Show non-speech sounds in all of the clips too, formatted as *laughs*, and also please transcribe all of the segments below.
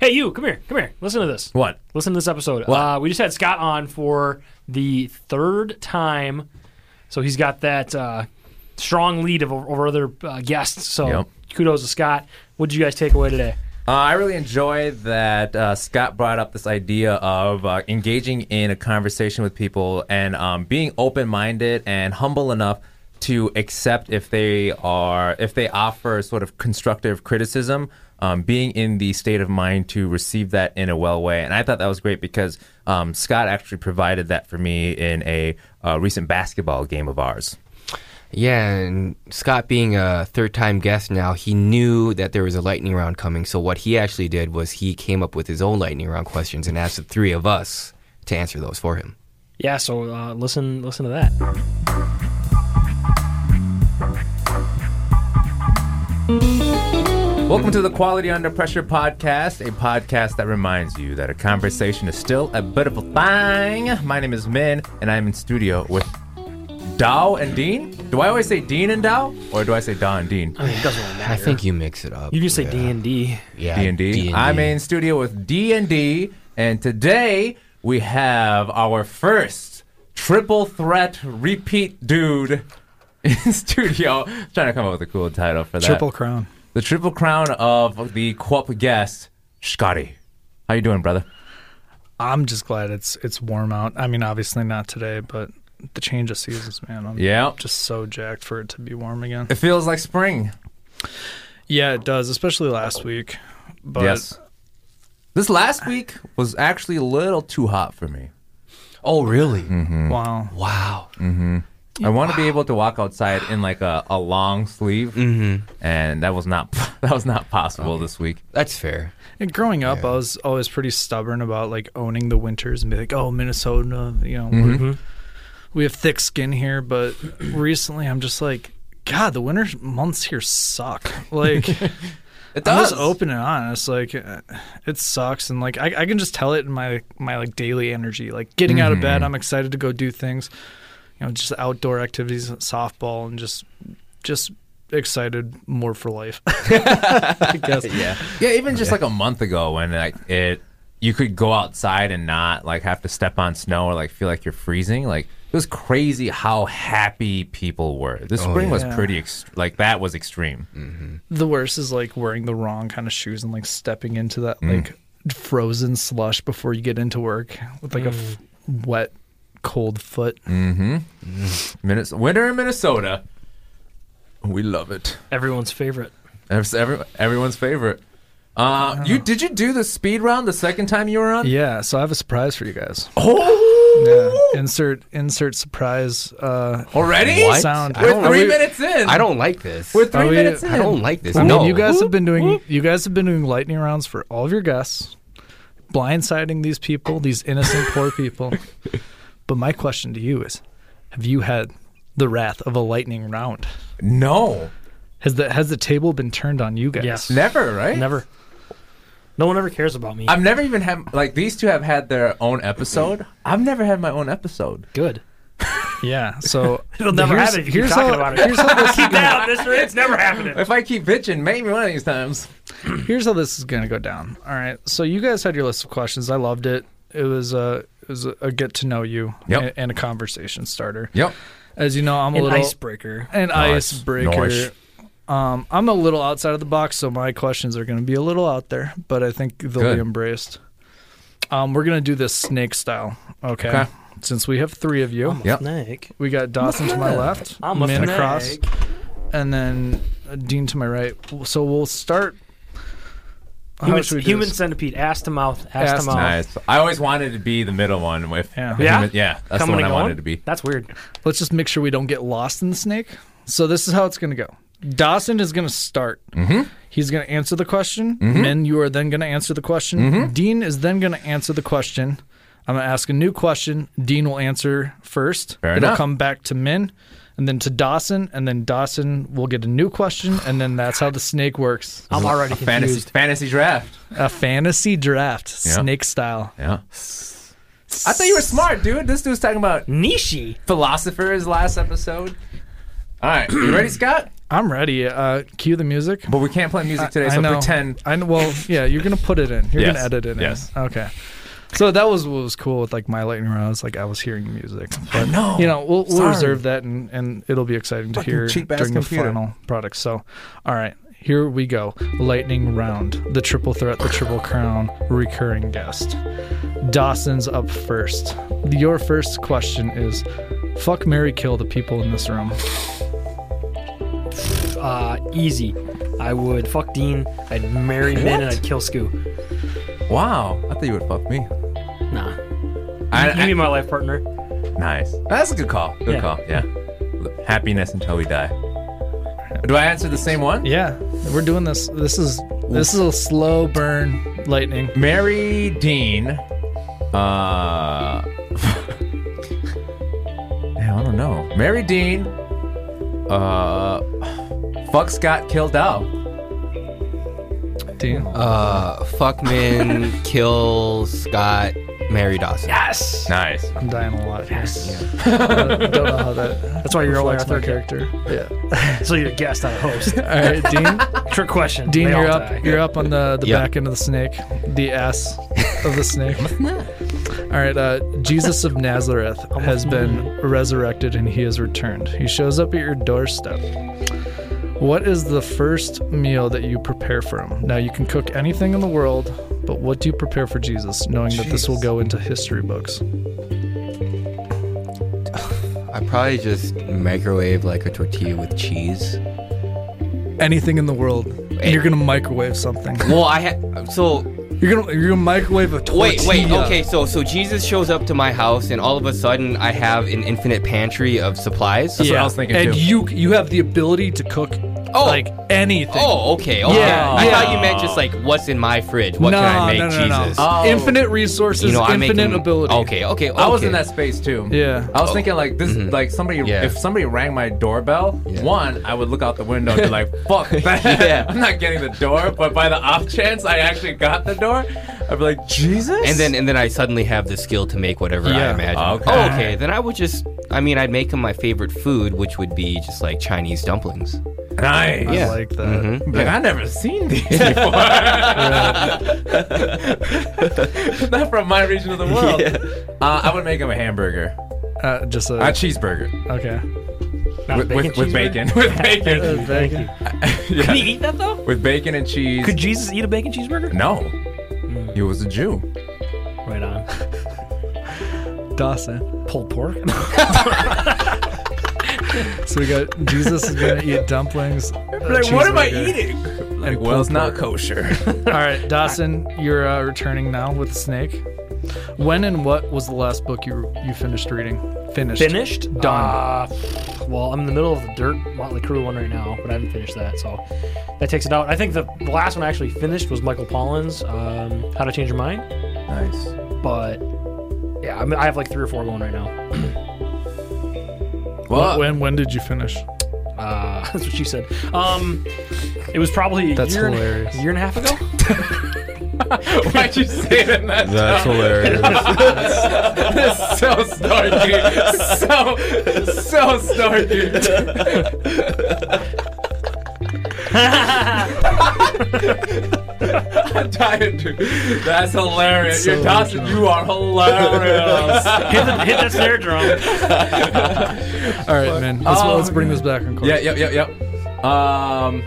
Hey, you, come here, come here. Listen to this. What? Listen to this episode. Uh, we just had Scott on for the third time, so he's got that uh, strong lead of, over other uh, guests. So Yep. kudos to Scott. What did you guys take away today? Uh, I really enjoyed that uh, Scott brought up this idea of uh, engaging in a conversation with people and um, being open-minded and humble enough to accept if they are if they offer sort of constructive criticism. Um, being in the state of mind to receive that in a well way, and I thought that was great because um, Scott actually provided that for me in a uh, recent basketball game of ours. Yeah, and Scott being a third time guest now, he knew that there was a lightning round coming. So what he actually did was he came up with his own lightning round questions and asked the three of us to answer those for him. Yeah, so uh, listen, listen to that. Welcome to the Quality Under Pressure podcast, a podcast that reminds you that a conversation is still a beautiful thing. My name is Min, and I'm in studio with Dow and Dean. Do I always say Dean and Dow, or do I say Dow and Dean? I mean, it doesn't really matter. I think you mix it up. you can say yeah. D and D. Yeah, D and D. I'm in studio with D and D, and today we have our first triple threat repeat dude *laughs* in studio. trying to come up with a cool title for that. Triple Crown. the triple crown of the co-op guest, Scotty. How you doing, brother? I'm just glad it's it's warm out. I mean, obviously not today, but the change of seasons, man. I'm Yeah. just so jacked for it to be warm again. It feels like spring. Yeah, it does, especially last week. But yes. This last week was actually a little too hot for me. Oh, really? Hmm. wow, Wow. I want to be able to walk outside in like a, a long sleeve, Mm-hmm. and that was not *laughs* that was not possible this week. That's fair. and growing up, I was always pretty stubborn about like owning the winters and be like, oh, Minnesota, you know, we're- Mm-hmm. we have thick skin here. But recently, I'm just like, God, the winter months here suck. Like. *laughs* It I'm just open and honest. Like, uh, it sucks, and like I, I can just tell it in my my like daily energy. Like getting out of bed, I'm excited to go do things. You know, just outdoor activities, softball, and just just excited more for life. *laughs* I guess. Yeah, yeah. Even just like a month ago, when like it, you could go outside and not like have to step on snow or like feel like you're freezing. Like it was crazy how happy people were. This Oh, spring yeah. was Yeah. pretty ex- like that was extreme. The worst is like wearing the wrong kind of shoes and like stepping into that like frozen slush before you get into work with like a f- wet, cold foot. Minnes- winter in Minnesota, we love it. Everyone's favorite. That's every, everyone's favorite. Uh, you did you do the speed round the second time you were on? Yeah. So I have a surprise for you guys. Oh, Insert insert surprise. Uh, already? What? Sound. I We're don't- three are we- minutes in. *laughs* I don't like this. We're three Are we- minutes in. I don't like this. I mean, no. you guys have been doing you guys have been doing lightning rounds for all of your guests, blindsiding these people, these innocent *laughs* poor people. But my question to you is, have you had the wrath of a lightning round? No, Has the has the table been turned on you guys? Yes. never. Right? Never. No one ever cares about me. I've never even had like these two have had their own episode. I've never had my own episode. Good. *laughs* Yeah. So It'll never here's- happen if you keep here's talking how- about it. *laughs* Here's how this Keep that out of this. It's never happening. If I keep bitching, maybe one of these times. here's how this is going to go down. All right. So you guys had your list of questions. I loved it. It was a it was a, a get to know you Yep. and, and a conversation starter. Yep. As you know, I'm a An little icebreaker. an Nice. icebreaker. Nice. Um, I'm a little outside of the box, so my questions are going to be a little out there, but I think they'll Good. be embraced. Um, we're going to do this snake style, okay? Okay. Since we have three of you, Yep. Snake. we got Dawson to my left, I'm a Min snake. across, and then uh, Dean to my right. So we'll start. how Human, should we do human this? centipede, ass to mouth, ass, to Ass to mouth. Nice. I always wanted to be the middle one with. Yeah. Yeah? Yeah. That's Coming the one I and wanted going? to be. That's weird. Let's just make sure we don't get lost in the snake. So this is how it's going to go. Dawson is going to start. Mm-hmm. He's going to answer the question. Min, you are then going to answer the question. Mm-hmm. Dean is then going to answer the question. I'm going to ask a new question. Dean will answer first. Fair It'll enough. come back to Min, and then to Dawson, and then Dawson will get a new question, and then that's how the snake works. I'm already A fantasy confused. fantasy draft. A fantasy draft, Yeah. snake style. Yeah. I thought you were smart, dude. This dude's talking about Nishi. philosophers last episode. All right, you ready, Scott? I'm ready. Uh, cue the music. But we can't play music today, I so know. pretend. I know, well, yeah, you're gonna put it in. You're Yes. gonna edit it. Yes. In. Okay. So that was what was cool with like my lightning round. It's like I was hearing music. But, know. You know, we'll, we'll Sorry. reserve that, and and it'll be exciting to Fucking hear during cheap-ass the computer. final product. So, all right, here we go. Lightning round. The triple threat. The triple crown. Recurring guest. Dawson's up first. Your first question is, fuck Mary, kill the people in this room. Uh, easy. I would fuck Dean. I'd marry Min and I'd kill Scoo. Wow, I thought you would fuck me. Nah, I, you I- be my life partner. nice. That's a good call. Good Yeah. call. Yeah. Happiness until we die. Do I answer the same one? Yeah, we're doing this. This is this is a slow burn lightning. Mary Dean. Uh. *laughs* man, I don't know. Mary Dean. Uh. Fuck Scott killed out. Dean. Uh, Fuckman, kill Scott, Mary *laughs* Dawson. Yes. Nice. I'm dying a lot. Yes. don't know how that. That's why you're only our reflects my third character. character. Yeah. So you're a guest, not a host. *laughs* All right, *laughs* Dean. Trick question. Dean, They all you're up. die. You're up on the the Yeah. back end of the snake, the ass of the *laughs* snake. All right, uh, Jesus of Nazareth has been resurrected and he has returned. He shows up at your doorstep. What is the first meal that you prepare for him? Now you can cook anything in the world, but what do you prepare for Jesus, knowing that this will go into history books? I probably just microwave like a tortilla with cheese. Anything in the world, and you're gonna microwave something. *laughs* Well, I had so You're gonna you're gonna microwave a tortilla. Wait, wait, okay, so so Jesus shows up to my house and all of a sudden I have an infinite pantry of supplies. what I was thinking, and too. you you have the ability to cook Oh. like anything. Oh, okay, okay. Yeah, I yeah. thought you meant just like what's in my fridge? What no, can I make, no, no, no. Jesus? Oh. Infinite resources, You know, I'm infinite making ability. Okay, okay, okay. I was in that space too. Yeah. I was thinking like this, like somebody, Mm-hmm. Yeah. if somebody rang my doorbell, Yeah. one, I would look out the window and be *laughs* like, fuck that. Yeah. *laughs* I'm not getting the door. But by the off chance I actually got the door, I'd be like, Jesus? And then and then I suddenly have the skill to make whatever I Yeah. imagine. Okay. Oh, okay, then I would just I mean I'd make him my favorite food, which would be just like Chinese dumplings. nice. I Yeah. like that. Mhm. Like I never *laughs* seen these before. *laughs* Not from my region of the world. Uh, I would make him a hamburger, Uh, just a a cheeseburger okay. Not with, with, with cheeseburger? bacon, *laughs* *laughs* with Uh, bacon, Thank you. Yeah. Can he eat that though? with bacon and cheese. Could Hmm. Jesus eat a bacon cheeseburger? no, he was a Jew. Right on. Dawson. Pulled *laughs* pork. *laughs* So we got Jesus is gonna eat *laughs* dumplings. uh, Like, what am I eating? Like, well, it's not *laughs* kosher. All right, Dawson, you're uh, returning now with Snake. When and what was the last book you you finished reading? Finished. Finished. Done. Uh, well, I'm in the middle of the Dirt Motley Crue one right now, but I haven't finished that, so that takes it out. I think the the last one I actually finished was Michael Pollan's um, How to Change Your Mind, nice. but yeah, I, mean, I have like three or four going right now. Well, When when did you finish? Uh, *laughs* that's what she said. Um, it was probably a That's year, hilarious. And, a year and a half *laughs* ago. *laughs* why'd you say it in that? *laughs* That's hilarious. That's so snarky. So, so snarky. I'm tired, dude. That's hilarious. So You're Dawson, you are hilarious. hit, the, hit that snare drum. All right, man. Let's, Oh, let's bring this back on course. yeah, yep, yep, yep. Um,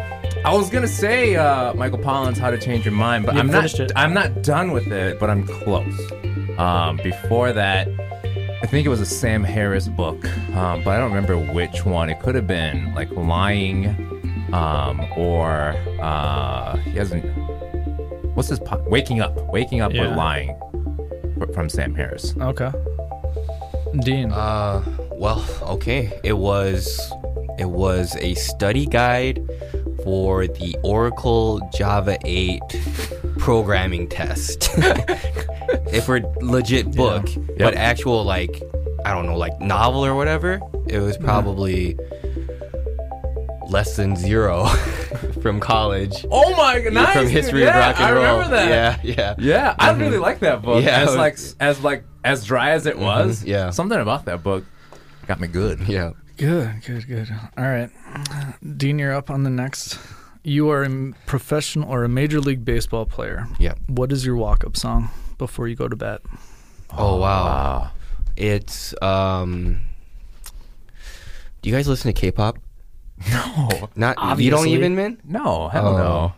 I was gonna say uh, Michael Pollan's "How to Change Your Mind," but You I'm not. finished it. I'm not done with it, but I'm close. Um, before that, I think it was a Sam Harris book, um, but I don't remember which one. It could have been like lying, um, or uh, he hasn't. What's his po- waking up? Waking up or Yeah. lying? fr- From Sam Harris. Okay. Dean. Uh, well, okay. It was it was a study guide for the Oracle Java 8 programming test. *laughs* if we're legit book, but actual like I don't know, like novel or whatever, it was probably less than 0 *laughs* from college. Oh my god! Nice, from dude. history yeah, of rock and I roll. remember that. Yeah, yeah. Yeah, I really like that book. Mm-hmm. Yeah, Yeah, it as was- like as like as dry as it was. yeah. something about that book got me good. Yeah. Good, good, good. All right. Dean, you're up on the next. You are a m- professional or a major league baseball player. Yep. What is your walk up song before you go to bat? Oh wow. Uh, It's um Do you guys listen to K-pop? *laughs* No. Not you don't Obviously. even, man? No, hell Oh. no.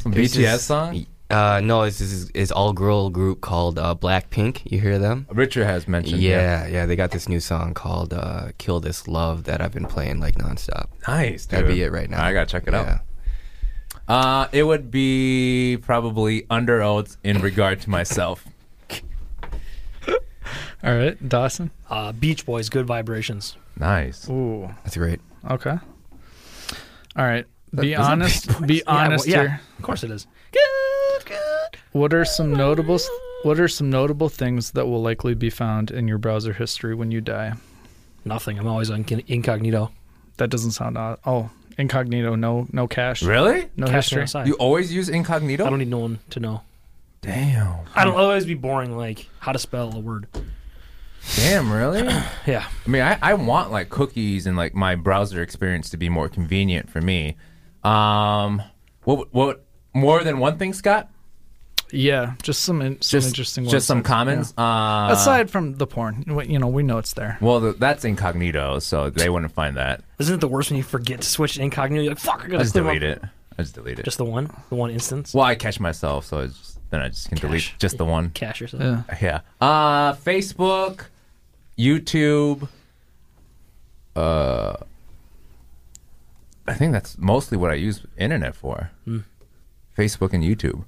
Some There's BTS this- song? Uh no, it's this is all girl group called uh Blackpink. You hear them? Richard has mentioned. Yeah, yeah, they got this new song called uh Kill This Love that I've been playing like nonstop. Nice, dude. That'd be it right now. I gotta check it Yeah. out. Uh, it would be probably under oath in regard to myself. All right, Dawson. Uh, Beach Boys, Good Vibrations. Nice. Ooh, That's great. okay. All right. Be That- isn't honest. Be honest yeah, well, yeah, here. of course it is. What are some notable s- What are some notable things that will likely be found in your browser history when you die? Nothing. I'm always on incognito. That doesn't sound odd. Oh, incognito. No, no cash. Really? No Cast me history. outside. You always use incognito? I don't need no one to know. Damn. I don't always be boring, like how to spell a word. Damn, *clears throat* really? I Yeah. mean, I, I want like cookies and like my browser experience to be more convenient for me. Um, what what more than one thing, Scott? Yeah, just some, in, some Just interesting. just some websites. comments. Uh, Yeah. Aside from the porn, w- you know, we know it's there. Well, th- that's incognito, so they wouldn't find that. Isn't it the worst when you forget to switch to incognito? You're like, fuck, I I gotta just clear my- delete it. I just delete it. Just the one, the one instance. well, I catch myself, so it's just, then I just can delete Cash. just the one. Cash yourself. Yeah. Yeah. Uh, Facebook, YouTube. Uh, I think that's mostly what I use internet for. Facebook and YouTube.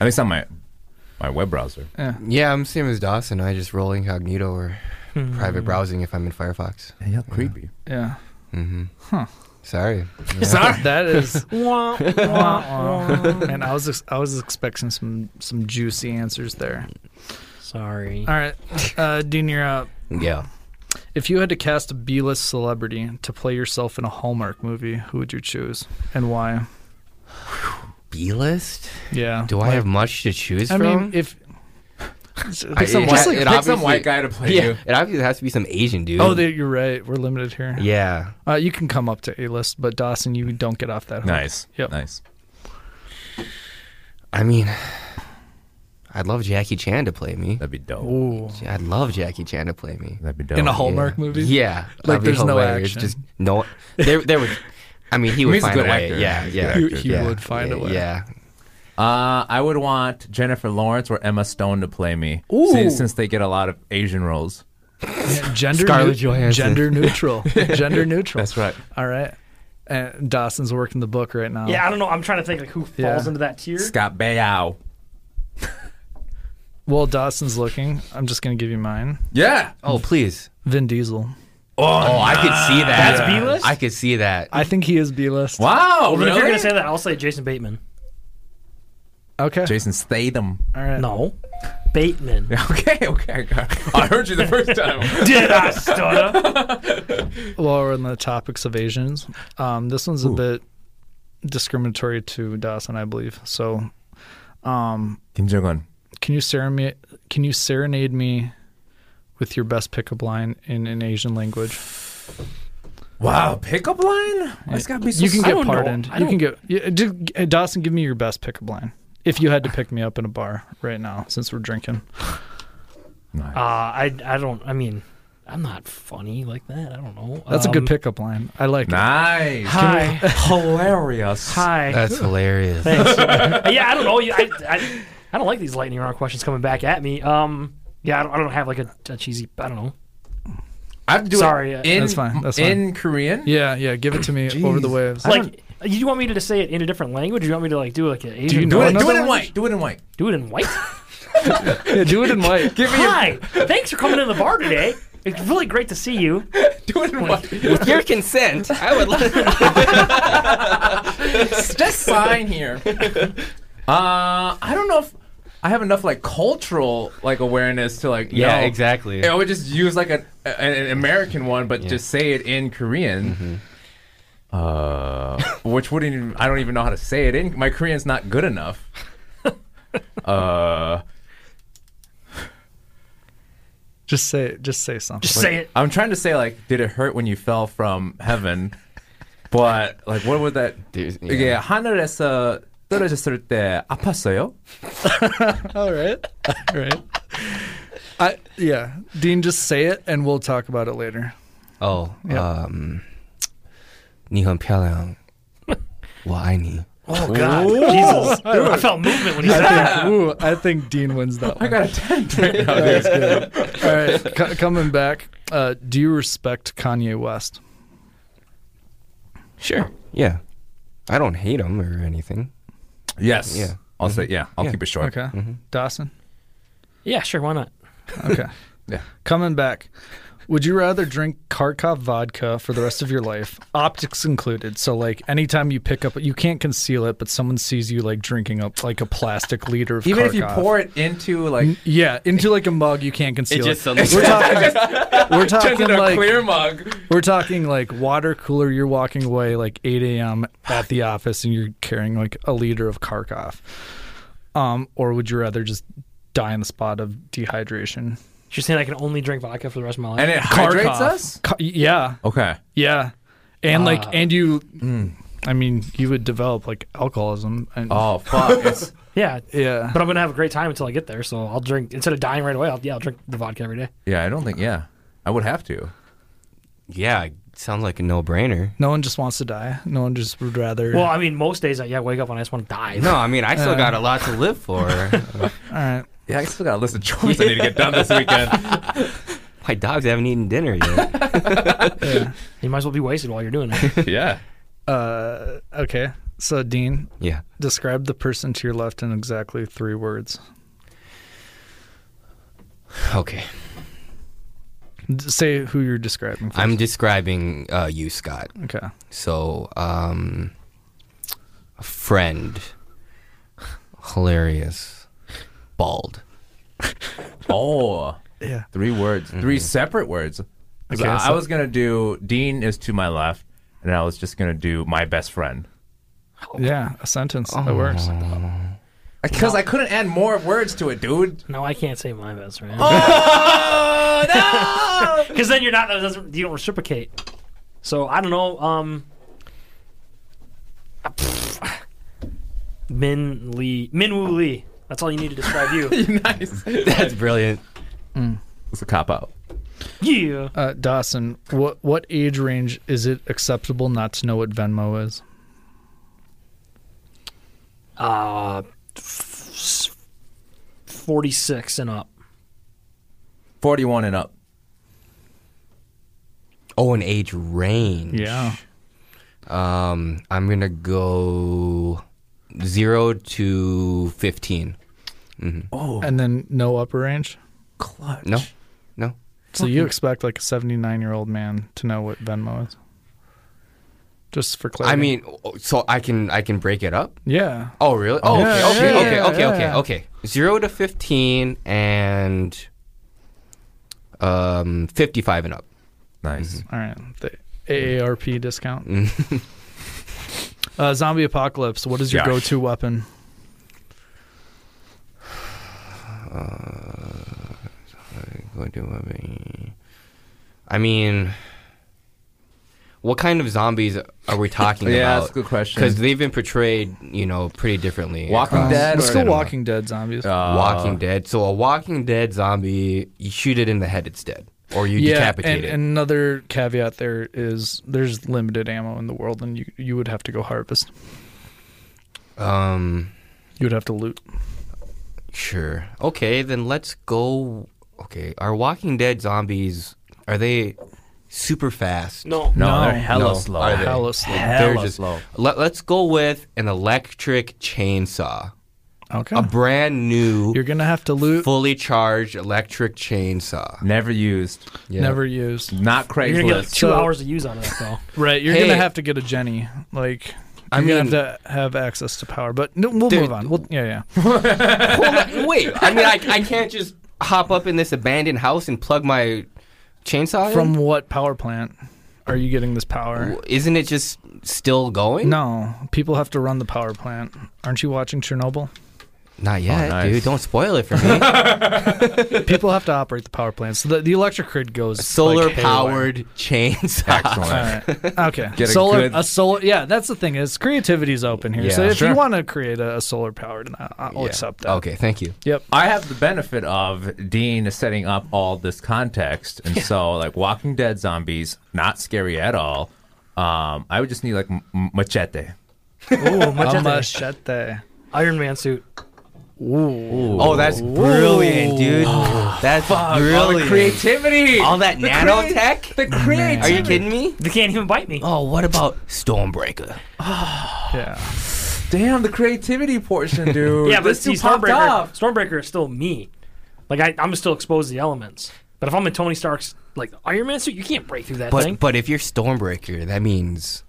At least on my my web browser. Yeah, I'm same as Dawson. I just roll incognito or Hmm. private browsing if I'm in Firefox. Yeah, creepy. Yeah. Sorry. *laughs* Sorry. that is. Wah, wah, wah. *laughs* Man, I was ex- I was expecting some some juicy answers there. Sorry. All right, uh, Dean, you're up. yeah. If you had to cast a B-list celebrity to play yourself in a Hallmark movie, who would you choose and why? B list? Yeah. Do I have much to choose I from? mean, if I- pick some like, it ha- it white- pick some obviously- white guy to play yeah, you. It obviously has to be some Asian dude. oh, they, you're right. We're limited here. yeah. Uh, you can come up to A-list, but Dawson, you don't get off that. *laughs* Hook. Nice. Yep. Nice. I mean, I'd love Jackie Chan to play me. That'd be dope. Ooh. Gee, I'd love Jackie Chan to play me. That'd be dope. In a whole. Hallmark movie? Yeah, that'd be there's no hilarious. action. Just no. There, there would. I *laughs* mean, he would He's a find good way. actor. Yeah, He's a yeah. good actor. He- he yeah, would find yeah, a way. Yeah. Uh, I would want Jennifer Lawrence or Emma Stone to play me. Ooh. Since, since they get a lot of Asian roles. Yeah, gender Scarlett neu- Johansson. Gender neutral. gender neutral. right. All right. And Dawson's working the book right now. Yeah, I don't know. I'm trying to think like who Yeah. falls into that tier. Scott Baio. Well, Dawson's looking. I'm just gonna give you mine. Yeah. Oh, please. Vin Diesel. Oh, Oh, I could see that. That's B-list? I could see that. I think he is B-list. Well, then Wow, if really? you're gonna say that, I'll say Jason Bateman. Okay. Jason *laughs* Statham. All right. No, Bateman. Okay, okay. I heard you the first *laughs* time. *laughs* Did *laughs* I stutter? While we're on the topics of Asians, um, this one's a bit discriminatory to Dawson, I believe. So, um, Kim Jong Un. can you serenade? Can you serenade me with your best pickup line in an Asian language? Wow, pickup line. That's gotta be. So you can I get don't know. pardoned. I You can don't- get yeah, just, uh, Dawson. Give me your best pickup line. If you had to pick me up in a bar right now, since we're drinking, Uh, I I don't. I mean, I'm not funny like that. I don't know. that's a good Um, pickup line. I like it. nice. Hi, *laughs* Hilarious. hi. That's hilarious. Thanks. *laughs* yeah, I don't know. I, I, I don't like these lightning round questions coming back at me. Um, yeah, I don't, I don't have like a, a cheesy. I don't know. I have to do Sorry, it uh, in, That's fine, that's fine. In Korean. Yeah, yeah. Give it to me over the Jeez. waves. Like, you want me to say it in a different language? Or you want me to like do like an Asian? you Do know it. version? Do Oh, another it in one? white. Do it in white. *laughs* Do it in white. Yeah, *laughs* do it in white. Give me. A, Hi, thanks for coming to the bar today. It's really great to see you. do it in white. With your consent, I would *laughs* love. *laughs* Just sign here. Uh, I don't know if I have enough like cultural like awareness to like. yeah, know- exactly. I would just use like an, an, an American one, but just say it in Korean. Mm-hmm. Uh, which wouldn't even, I don't even know how to say it. In my Korean's not good *laughs* enough. uh, Just say just say something. Just say it. I'm trying to say like, did it hurt when you fell from heaven? But like, what would that? There's- yeah. 이게 하늘에서 떨어졌을 때 아팠어요? All right. All *laughs* right. I yeah, Dean just say it and we'll talk about it later. Oh, um, Nihon Pyongyang. Well, I need. Oh God, *laughs* Jesus! I felt movement when he said that. *laughs* I think, ooh, I think Dean wins Oh that one. got a ten. *laughs* All right, c- coming back. Uh, do you respect Kanye West? Sure. Yeah. I don't hate him or anything. Yes. Yeah. I'll say yeah. I'll Yeah. keep it short. Okay, Dawson. Yeah, sure. Why not? Okay. Yeah. Coming back. Would you rather drink Kharkov vodka for the rest of your life, optics included? So, like, anytime you pick up, you can't conceal it, but someone sees you like drinking up like a plastic liter of Even if you Kharkov. pour it into Mm. like yeah, into like a mug, you can't conceal it. just suddenly- we're talking, *laughs* we're talking like mug, we're talking like water cooler. You're walking away like 8 a.m. at the office, and you're carrying like a liter of Kharkov. Um, or would you rather just die on the spot of dehydration? You're saying I can only drink vodka for the rest of my life. and it hydrates Kharkov. us. Ca- yeah, Okay. Yeah, and like, Ah. and you, I mean, you would develop like alcoholism. And, Oh *laughs* fuck! It's yeah, yeah. but I'm gonna have a great time until I get there. So I'll drink instead of dying right away. I'll, yeah, I'll drink the vodka every day. yeah. I don't think yeah. I would have to. Yeah, sounds like a no-brainer. no one just wants to die. No one just would rather. Well, all I mean, most days I yeah wake up and I just want to die. No, I mean, I still got a lot to live for. *laughs* right. Yeah, I still got a list of chores I need to get done this weekend. *laughs* My dogs haven't eaten dinner yet. *laughs* You might as well be wasted while you're doing *laughs* it. yeah. Uh, okay. So, Dean, yeah. describe the person to your left in exactly three words. Okay. D- say who you're describing. 1st I'm describing uh, you, Scott. okay. So, um, a friend, hilarious, bald. Oh. Yeah. Three words. Three separate words. 'Cause Okay, Mm-hmm. I, I so- was gonna do Dean is to my left, and I was just gonna do my best friend. Yeah. A sentence that works. Because I couldn't add more words to it, dude. no, I can't say my best friend. Oh no! *laughs* Because then you're not. that doesn't- You don't reciprocate. So I don't know. Um, *sighs* Min Lee, Min Woo Lee. That's all you need to describe you. nice. *laughs* That's brilliant. It's a cop out. *laughs* yeah. Uh, Dawson, what what age range is it acceptable not to know what Venmo is? Uh, f- 46 and up. Forty-one and up. Oh, an age range. Yeah. Um, I'm gonna go zero to fifteen. And then no upper range. Clutch. No, no. So you expect like a 79 year old man to know what Venmo is? Just for clarity. I mean, so I can I can break it up. yeah. Oh, really? Oh, Yeah, okay, okay, yeah, okay, yeah, okay, yeah. okay, okay. Zero to fifteen and um fifty-five and up. Nice. All right. The *laughs* AARP discount. Mm. uh, zombie apocalypse. What is your Gosh. go to weapon? What do I mean? I mean, what kind of zombies are we *laughs* talking Yeah, about? that's a good question. Because they've been portrayed, you know, pretty differently. Walking across- Dead Let's or- go cinema. Walking Dead zombies. Oh, Uh, Walking Dead. So a Walking Dead zombie, you shoot it in the head, it's dead, or you yeah, decapitate and, it. and another caveat there is there's limited ammo in the world, and you you would have to go harvest. um, You would have to loot. sure. Okay, then let's go. Okay, are Walking Dead zombies? Are they super fast? No. No, No. they're hella No. slow. Are they? Hella slow. Hella They're just- slow. Let, let's go with an electric chainsaw, Okay. a brand new. You're gonna have to loot. fully charged electric chainsaw. Never used. Never used. Not You're going to get like Craigslist. two So- hours of use out of that, though. Right, you're Hey. gonna have to get a Jenny. Like, you're I gonna mean- have to have access to power. But no, we'll Dude. move on. We'll, yeah, *laughs* yeah. Hold on, wait, I mean, I, I can't just hop up in this abandoned house and plug my chainsaw in? From what power plant are you getting this power? Isn't it just still going? No, people have to run the power plant. Aren't you watching Chernobyl? Not Oh, yet, nice. dude. Don't spoil it for *laughs* me. People have to operate the power plant, so the, the electric grid goes Solar like haywire. powered *laughs* chainsaw. Excellent. All right. Okay. Get a solar, good- a solar. Yeah, that's the thing is creativity's open here. so Yeah. if Sure. you want to create a, a solar powered, I'll Yeah. accept that. Okay, thank you. Yep. I have the benefit of Dean setting up all this context, and so like Walking Dead zombies, not scary at all. Um, I would just need like m- m- machete. Ooh, machete. machete. Iron Man suit. Oh, that's *sighs* brilliant, dude. That's All the brilliant. creativity, All that The nanotech? Mm-hmm. the creativity. Are you kidding me? They can't even bite me. Oh, what about Stormbreaker? *sighs* Yeah. Damn the creativity portion, *laughs* dude. yeah, but this see, dude popped Stormbreaker, up. Stormbreaker is still me. Like I, I'm still exposed to the elements. But if I'm in Tony Stark's like Iron Man suit, you can't break through that thing. But but if you're Stormbreaker, that means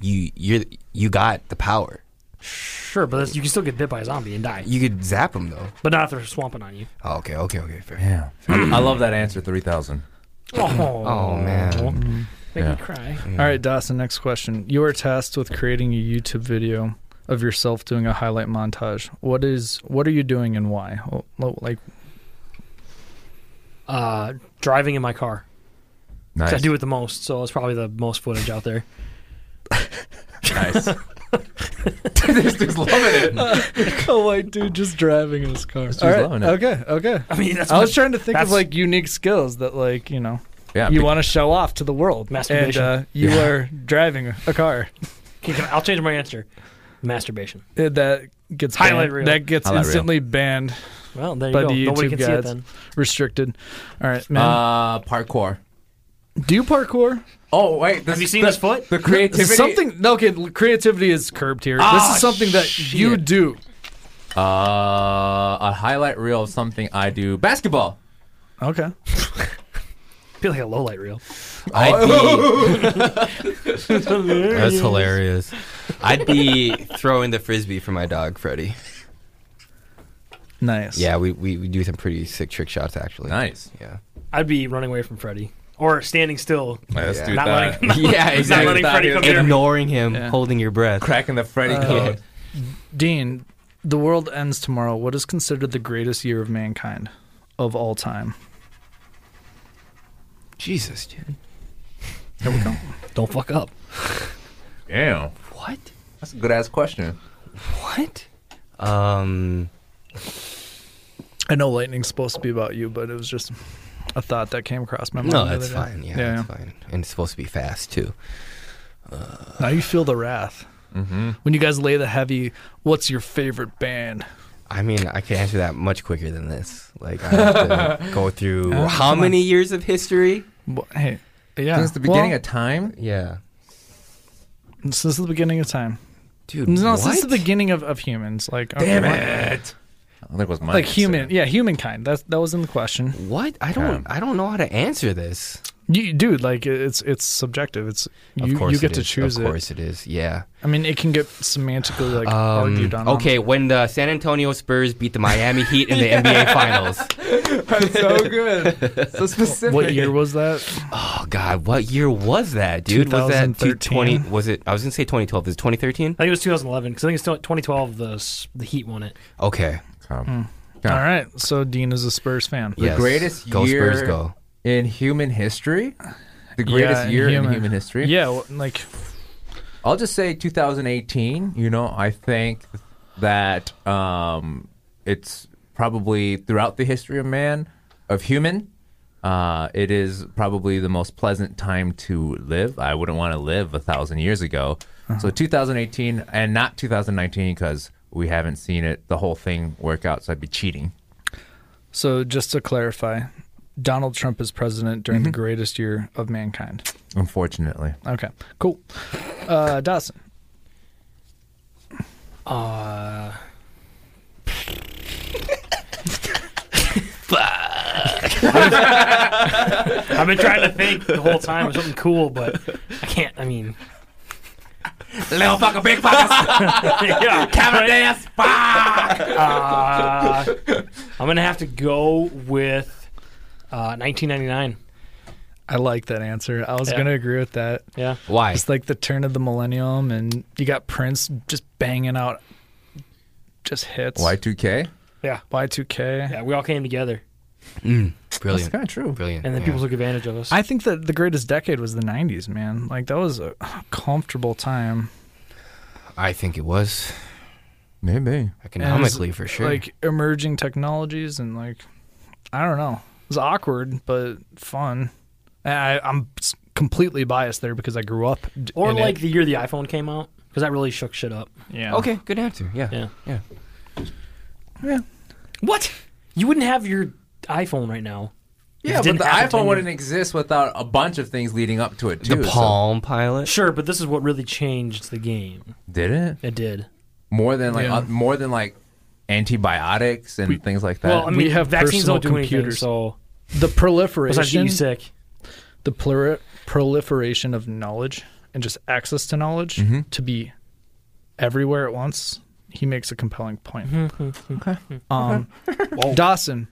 you you're you got the power. Sure, but that's, you can still get bit by a zombie and die. You could zap him though. But not if they're swamping on you. Oh, okay, okay, okay, fair. Yeah, I love that answer. Three thousand. Oh, Mm. man. Make Yeah. me cry. *laughs* All right, Dawson. Next question. You are tasked with creating a YouTube video of yourself doing a highlight montage. What is? What are you doing and why? Oh, lo- Like, Uh, driving in my car. 'Cause Nice. I do it the most, so it's probably the most footage out there. Nice. this dude's loving it. *laughs* oh, like dude, just driving in his car. This dude's loving it. Okay. Okay. *laughs* I mean, that's I my- was trying to think of that's- like unique skills that like you know Yeah, you be- want to show off to the world. Masturbation. And, uh, you Yeah. are driving a car. Okay, can I- I'll change my answer. Masturbation. Uh, that gets Highlight banned. reel. that gets Highlight reel. instantly banned, Well, there you By go. the Nobody YouTube can see it gods. then. restricted. All right, man. uh, parkour. Do you parkour? Oh wait, this, Have you seen the, his foot? The creativity. Something no, okay, creativity is curbed here. this Ah, is something that you shit. do. Uh, a highlight reel of something I do. Basketball. Okay. I feel like a low light *laughs* reel. I'd *laughs* be, that's hilarious. I'd be throwing the frisbee for my dog Freddy. Nice. Yeah, we, we, we do some pretty sick trick shots actually. Nice. Yeah. I'd be running away from Freddy or standing still, Let's Yeah. do not that. letting, not, Yeah, not exactly. letting Freddy come near me. Ignoring him, Yeah. holding your breath. Cracking the Freddy Uh, code. Dean, the world ends tomorrow. What is considered the greatest year of mankind of all time? Jesus, dude. Here we go. Don't fuck up. Damn, What? that's a good ass question. What? Um I know lightning's supposed to be about you, but it was just a thought that came across my mind. No, the other that's day. fine. Yeah, Yeah, that's fine. And it's supposed to be fast too. Now you feel the wrath. When you guys lay the heavy, what's your favorite band? I mean, I could answer that much quicker than this. Like, I have *laughs* to go through Oh, how come on. many years of history? Well, hey, yeah. Since the beginning well, of time. Yeah, since the beginning of time. dude. No, what? since the beginning of, of humans. Like okay, Damn what- it. I think it was mine. Like human, yeah, humankind. That's that was in the question. what? I don't. I don't know how to answer this. You, dude, like it's it's subjective. It's Of you, course, you get it to is. choose Of it. course, it is. Yeah. I mean, it can get semantically like Um, argued on. okay, when the San Antonio Spurs beat the Miami Heat in the *laughs* NBA Finals. *laughs* That's so *laughs* good. so specific. *laughs* what *laughs* year was that? Oh God, what year was that, dude? Was that two- 2013? 20? Was it? I was gonna say 2012. Is it I 2013? think it was 2011 because I think it's still 2012. The s- the Heat won it. Okay. Hmm. Yeah. All right, so Dean is a Spurs fan. The yes. greatest go year- Spurs go. In human history, the greatest in year human- in human history. Yeah, well, like I'll just say 2018. You know, I think that um, it's probably throughout the history of man, of human, uh, it is probably the most pleasant time to live. I wouldn't want to live a thousand years ago. Uh-huh. So 2018 and not 2019 because we haven't seen it, the whole thing work out. So I'd be cheating. so. Just to clarify, Donald Trump is president during Mm-hmm. the greatest year of mankind. Unfortunately, Okay, cool. Uh, Dawson, Uh, I've been trying to think the whole time of something cool, but I can't. I mean, little fucker, big fucker, *laughs* yeah. camera dance, Uh, I'm gonna have to go with uh, 1999. I like that answer. I was Yeah. gonna agree with that. Yeah, Why? It's like the turn of the millennium, and you got Prince just banging out just hits. Y2K? Yeah. Y2K. Yeah, we all came together, That's Brilliant. kind of true. Brilliant. and then yeah. people took advantage of us. I think that the greatest decade was the 90s, man. Like, that was a comfortable time. I think it was Maybe. economically for sure. Like, emerging technologies and, like, I don't know. It was awkward, but fun. And I, I'm s- completely biased there because I grew up. d- or in like it. the year the iPhone came out, because that really shook shit up. yeah. okay, good answer. Yeah. Yeah. Yeah. Yeah. What? You wouldn't have your iPhone right now. if Yeah, it but didn't the happen ten iPhone years- wouldn't exist without a bunch of things leading up to it, too. the so- Palm Pilot. Sure, but this is what really changed the game. Did it? It did. More than like Yeah. uh, more than like antibiotics and things like that. Well, I mean, We have vaccines personal don't do computers. anything. So The besides getting proliferation, you sick, the pluri- proliferation of knowledge and just access to knowledge to be everywhere at once, he makes a compelling point. Um, Dawson,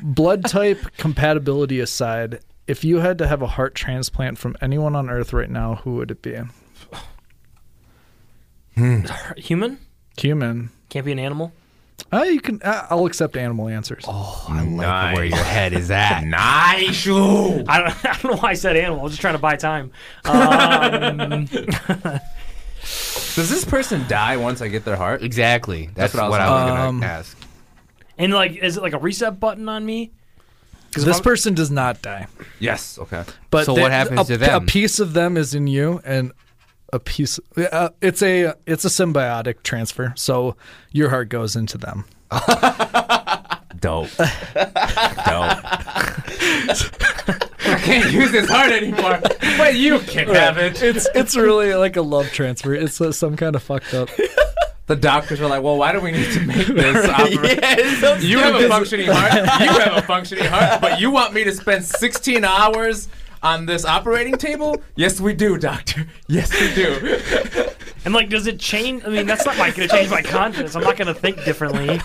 blood type compatibility aside, if you had to have a heart transplant from anyone on Earth right now, who would it be? human Human. can't be an animal. *laughs* Uh, you can. Uh, I'll accept animal answers. Oh, I like where your head is at. *laughs* nice you. I don't, *laughs* I don't know why I said animal. I was just trying to buy time. Um, Does this person die once I get their heart? Exactly. That's, what I was what I was, thinking. going Um, to ask. and like, is it like a reset button on me? Because this person does not die, Yes. Okay. but So they- what happens a, to them? A piece of them is in you, and a piece. Uh, it's a it's a symbiotic transfer. So your heart goes into them. *laughs* Dope. Dope. I can't use his heart anymore. But you can have it. It's it's really like a love transfer. It's uh, some kind of fucked up. The doctors are like, well, why do we need to make *laughs* this operation? You have a functioning heart. You have a functioning heart, but you want me to spend 16 hours on this operating table? Yes, we do, doctor. Yes, we do. And like, does it change? I mean, that's not like going to change my conscience. I'm not going to think differently.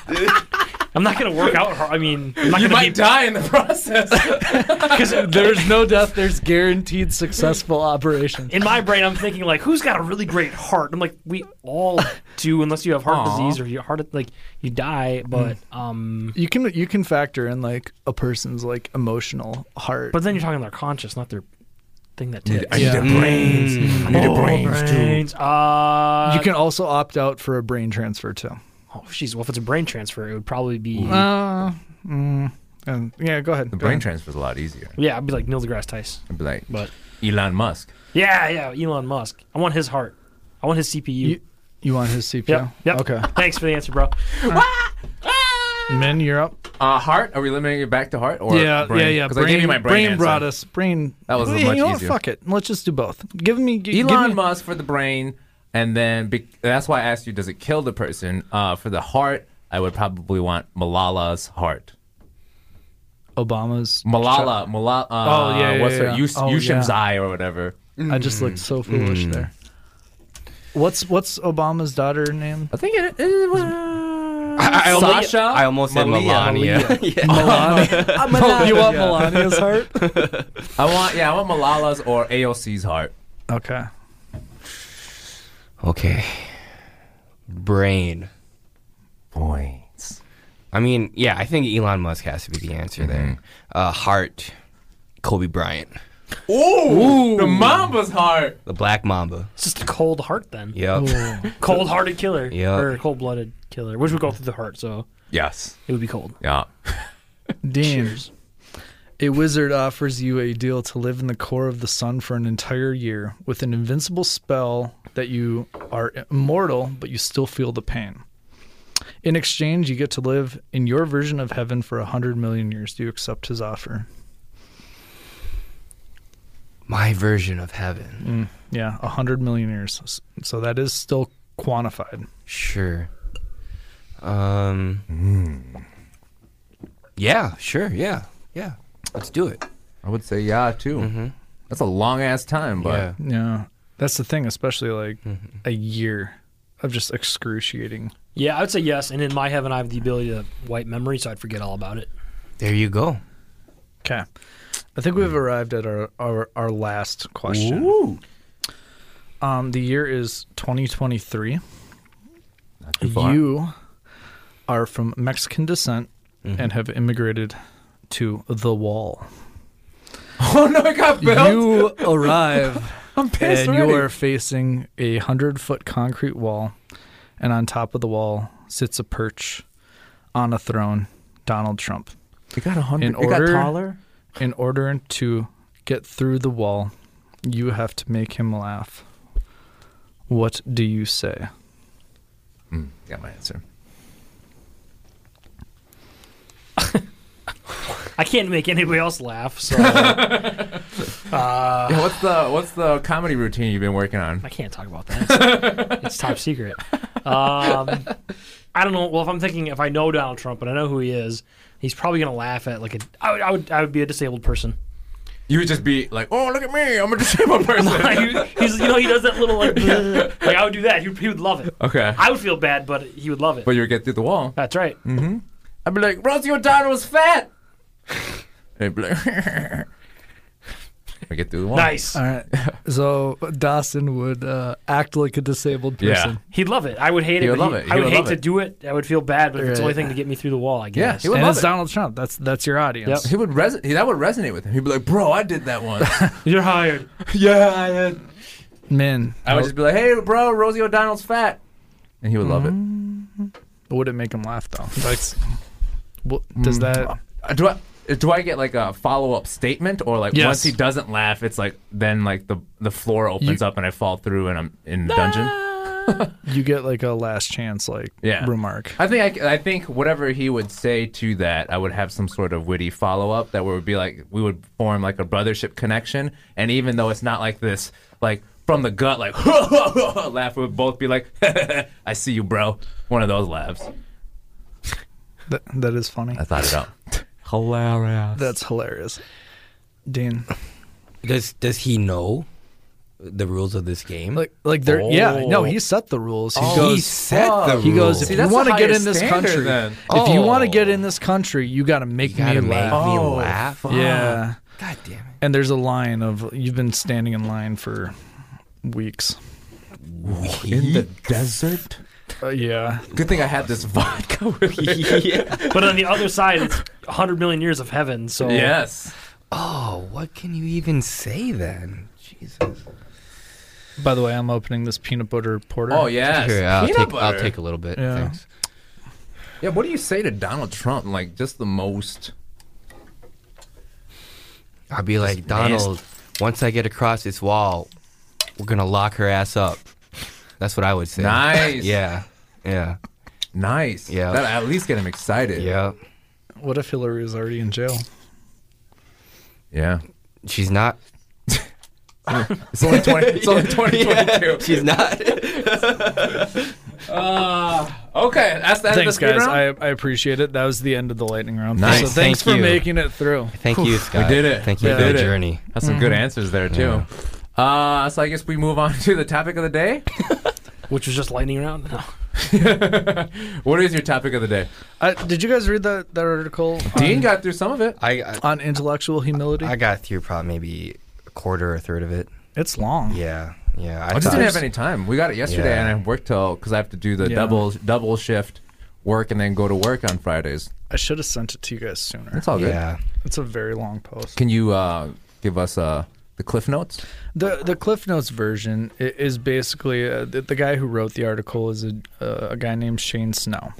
I'm not going to work out hard. I mean, I'm not You going *laughs* might to die in the *laughs* process. because There's no death. There's guaranteed successful operation. in my brain, I'm thinking like, who's got a really great heart? I'm like, we all do, unless you have heart Aw. disease or you heart like you die. Hmm. But um, You can you can factor in like a person's like emotional heart. but then you're talking their conscious, not their thing that ticks. need their brains. I need Oh, brains. Uh, you can also opt out for a brain transfer too. Oh, jeez. Well, if it's a brain transfer, it would probably be. Uh, mm, and- yeah, go ahead. The go brain ahead. transfer is a lot easier. Yeah, I'd be like Neil deGrasse Tyson. I'd be like, But- Elon Musk. Yeah, yeah. Elon Musk. I want his heart. I want his CPU. You- you want his CPU? Yep. Yep. Okay. Thanks for the answer, bro. Min, you're up. Uh, heart? Are we limiting it back to heart or brain? Because I gave you my brain. answer. brought us. Brain. That was Well, much you know what, easier. Fuck it. Let's just do both. Give me gi- give Elon me- Musk for the brain, and then be- that's why I asked you: Does it kill the person? Uh, for the heart, I would probably want Malala's heart. Obama's. Malala, Malala. Uh, Oh, yeah, yeah, what's her? yeah. Yus- Oh, Yushim's yeah. eye or whatever. I just looked Mm. so foolish there. What's what's Obama's daughter name? I think it, it was Um, I- I almost- Sasha. I almost said Melania. *laughs* *laughs* Melania. Oh, you want Melania's heart? I want yeah, I want Malala's or AOC's heart. Okay. Okay. Brain. Points. I mean, yeah, I think Elon Musk has to be the answer there. Uh, heart. Kobe Bryant. Ooh, the Mamba's heart. The Black Mamba. It's just a cold heart then. Yep. Cold-hearted killer. Yeah. Or cold-blooded killer, which would go through the heart, so Yes. it would be cold. Yeah. Dean. A wizard offers you a deal to live in the core of the sun for an entire year with an invincible spell that you are immortal, but you still feel the pain. In exchange, you get to live in your version of heaven for a hundred million years. Do you accept his offer? My version of heaven. Yeah, a hundred million years. S- So that is still quantified. Sure. Um. Yeah, sure. Yeah. Yeah. Let's do it. I would say yeah too. That's a long ass time, but yeah. Mm-hmm. Yeah, that's the thing, especially like a year of just excruciating. Yeah, I would say yes. And in my heaven, I have the ability to wipe memory, so I'd forget all about it. There you go. Okay, I think we've arrived at our our, our last question. Ooh. Um, the year is 2023. Not too far. You are from Mexican descent and have immigrated to the wall. *laughs* Oh no, I got You arrive I'm and you are facing a hundred foot concrete wall, and on top of the wall sits a perch on a throne, Donald Trump. It got a In hundred. It got order- taller. In order to get through the wall, you have to make him laugh. What do you say? Got my answer. I can't make anybody else laugh, so uh, Yeah, what's the what's the comedy routine you've been working on? I can't talk about that. It's, it's top secret. Um, I don't know. Well, if I'm thinking, if I know Donald Trump and I know who he is, he's probably gonna laugh at like a. I would, I would, I would be a disabled person. *laughs* You would just be like, "Oh, look at me! I'm a disabled *laughs* person." Like, he's, you know, he does that little like. *laughs* Like I would do that. He, would- he would love it. *laughs* okay, I would feel bad, but he would love it. but you would get through the wall. That's right. Mm-hmm. I'd be like, "Rosie O'Donnell's *laughs* fat." And I'd be like, *laughs* "We get through the wall." Nice. All right. *laughs* So Dawson would uh, act like a disabled Yeah. person. He'd love it. I would hate He it. would but love it. He I would, would hate love to it. do it. I would feel bad, but if it's the only Right. thing to get me through the wall, I Yeah, guess. he would And love it's it. Donald Trump. That's that's your audience. Yep. He would res- he, that would resonate with him. He'd be like, "Bro, I did that *laughs* one." You're hired. *laughs* yeah, I did. Man, I would just be like, "Hey, bro, Rosie O'Donnell's fat," and he would love it. would it make him laugh though? Like, what, does that? Uh, do I do I get like a follow up statement or like Yes. once he doesn't laugh, it's like then like the the floor opens up and I fall through and I'm in the dungeon. You get like a last chance like Yeah. remark. I think I, c- I think whatever he would say to that, I would have some sort of witty follow up that would be like we would form like a brothership connection. And even though it's not like this, like from the gut, like *laughs* laugh, we would both be like, *laughs* "I see you, bro." One of those laughs. That, that is funny. I thought it out. *laughs* Hilarious. That's hilarious. Dean, Does does he know the rules of this game? like, like there. Yeah, no, Oh. he set the rules. He he goes. set the He goes. rules. If See, you that's want to the get in highest this standard country, then. if you want to Oh. get in this country, you got to make you gotta me make laugh. me Oh, laugh. Yeah. God damn it. And there's a line of you've been standing in line for weeks. in *laughs* the desert. Uh, yeah. Good thing I had this *laughs* vodka with me. But on the other side, it's 100 million years of heaven. So *laughs* Yes. Oh, what can you even say then? Jesus. By the way, I'm opening this peanut butter porter. Oh yes. Here, I'll, Peanut take, I'll butter. take a little bit. Yeah. Thanks. Yeah. What do you say to Donald Trump? Like just the most. I'll be like, nasty. Donald, once I get across this wall, we're going to lock her ass up. That's what I would say. Nice. *laughs* Yeah. Yeah. Nice. Yeah. That at least get him excited. Yeah. What if Hillary was already in jail? Yeah. *laughs* She's not. It's only twenty. It's *laughs* only twenty twenty two. She's not. Okay. That's the end Thanks, of the speed guys. round. I, I appreciate it. That was the end of the lightning round. Nice. So thanks Thank for you. making it through. Thank you, Scott. did it. Thank you We for did the it. journey. Mm-hmm. That's some good answers there too. Uh, so I guess we move on *laughs* to the topic of the day. Which was just lightning round. No. What is your topic of the day? Uh, did you guys read that, that article Dean got through some of it. I, I, on intellectual humility? I got through probably maybe a quarter or a third of it. it's long. Yeah. Yeah. I just thought- didn't have any time. We got it yesterday, Yeah. and I worked till because I have to do the Yeah. double double shift work and then go to work on Fridays. I should have sent it to you guys sooner. That's all good. Yeah. It's a very long post. Can you uh, give us uh, the cliff notes? The the Cliff Notes version i- is basically uh, the, the guy who wrote the article is a, uh, a guy named Shane Snow,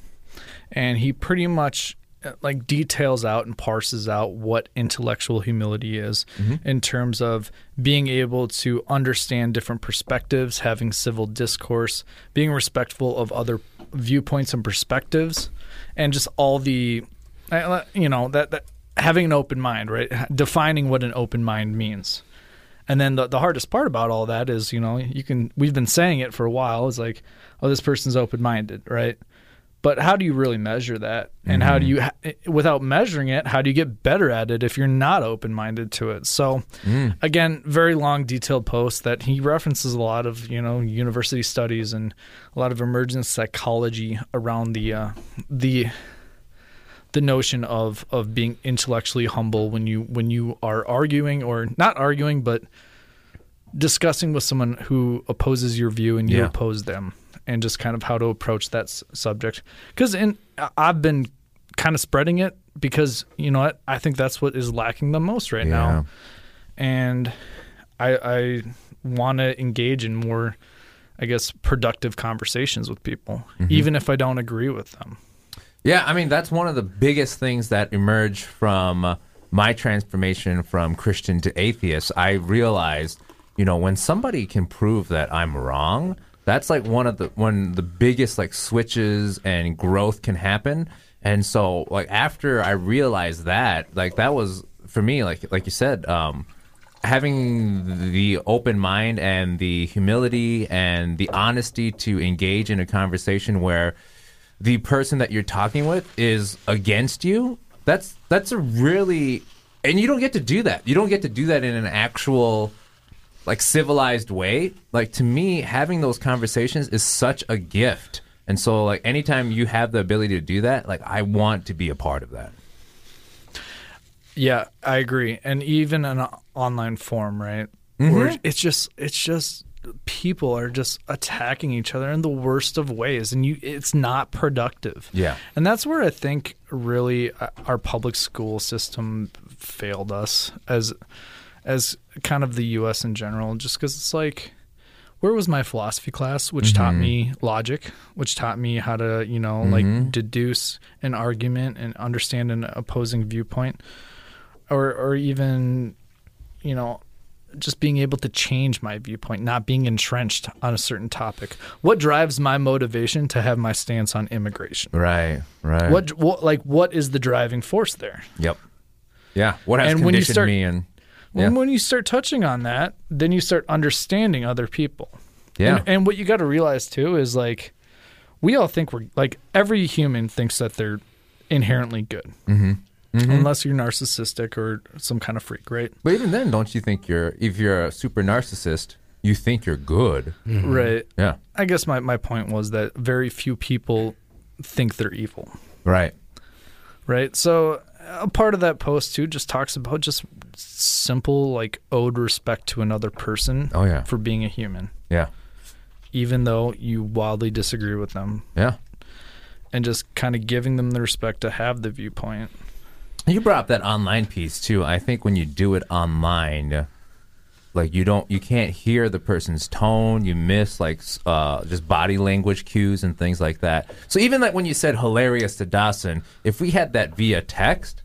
and he pretty much uh, like details out and parses out what intellectual humility is in terms of being able to understand different perspectives, having civil discourse, being respectful of other viewpoints and perspectives, and just all the uh, you know that, that having an open mind, right? Defining what an open mind means. And then the, the hardest part about all that is, you know, you can, we've been saying it for a while is like, oh, this person's open minded, right? But how do you really measure that? And how do you, ha- eh, without measuring it, how do you get better at it if you're not open minded to it? So, again, very long, detailed post that he references a lot of, you know, university studies and a lot of emergent psychology around the, uh, the, the notion of of being intellectually humble when you when you are arguing or not arguing but discussing with someone who opposes your view and you Yeah. oppose them and just kind of how to approach that s- subject. Because in I- I've been kind of spreading it because you know what I think that's what is lacking the most right Yeah. now, and I I want to engage in more, I guess, productive conversations with people, Mm-hmm. even if I don't agree with them. Yeah, I mean that's one of the biggest things that emerged from uh, my transformation from Christian to atheist. I realized, you know, when somebody can prove that I'm wrong, that's like one of the when the biggest like switches and growth can happen. And so like after I realized that, like that was for me like like you said, um having the open mind and the humility and the honesty to engage in a conversation where the person that you're talking with is against you that's that's a really and you don't get to do that you don't get to do that in an actual like civilized way like to me having those conversations is such a gift and so like anytime you have the ability to do that like i want to be a part of that Yeah, I agree. And even an o- online form, right? Where it's just it's just people are just attacking each other in the worst of ways and you it's not productive. Yeah. And that's where I think really uh, our public school system failed us as as kind of the US in general just cuz it's like where was my philosophy class which taught me logic which taught me how to you know like deduce an argument and understand an opposing viewpoint or or even you know just being able to change my viewpoint not being entrenched on a certain topic what drives my motivation to have my stance on immigration right right what, what like what is the driving force there yep yeah what has And conditioned when you start- me and when, Yeah. when you start touching on that then you start understanding other people Yeah. and, and what you got to realize too is like we all think we're like every human thinks that they're inherently good Mm-hmm. unless you're narcissistic or some kind of freak right but even then don't you think you're if you're a super narcissist you think you're good right yeah I guess my, my point was that very few people think they're evil, right right? So a part of that post too just talks about just simple like owed respect to another person Oh, yeah. for being a human, yeah even though you wildly disagree with them yeah and just kind of giving them the respect to have the viewpoint. You brought up that online piece too. I think when you do it online, like you don't, you can't hear the person's tone. You miss like s- uh, just body language cues and things like that. So even like when you said hilarious to Dawson, if we had that via text,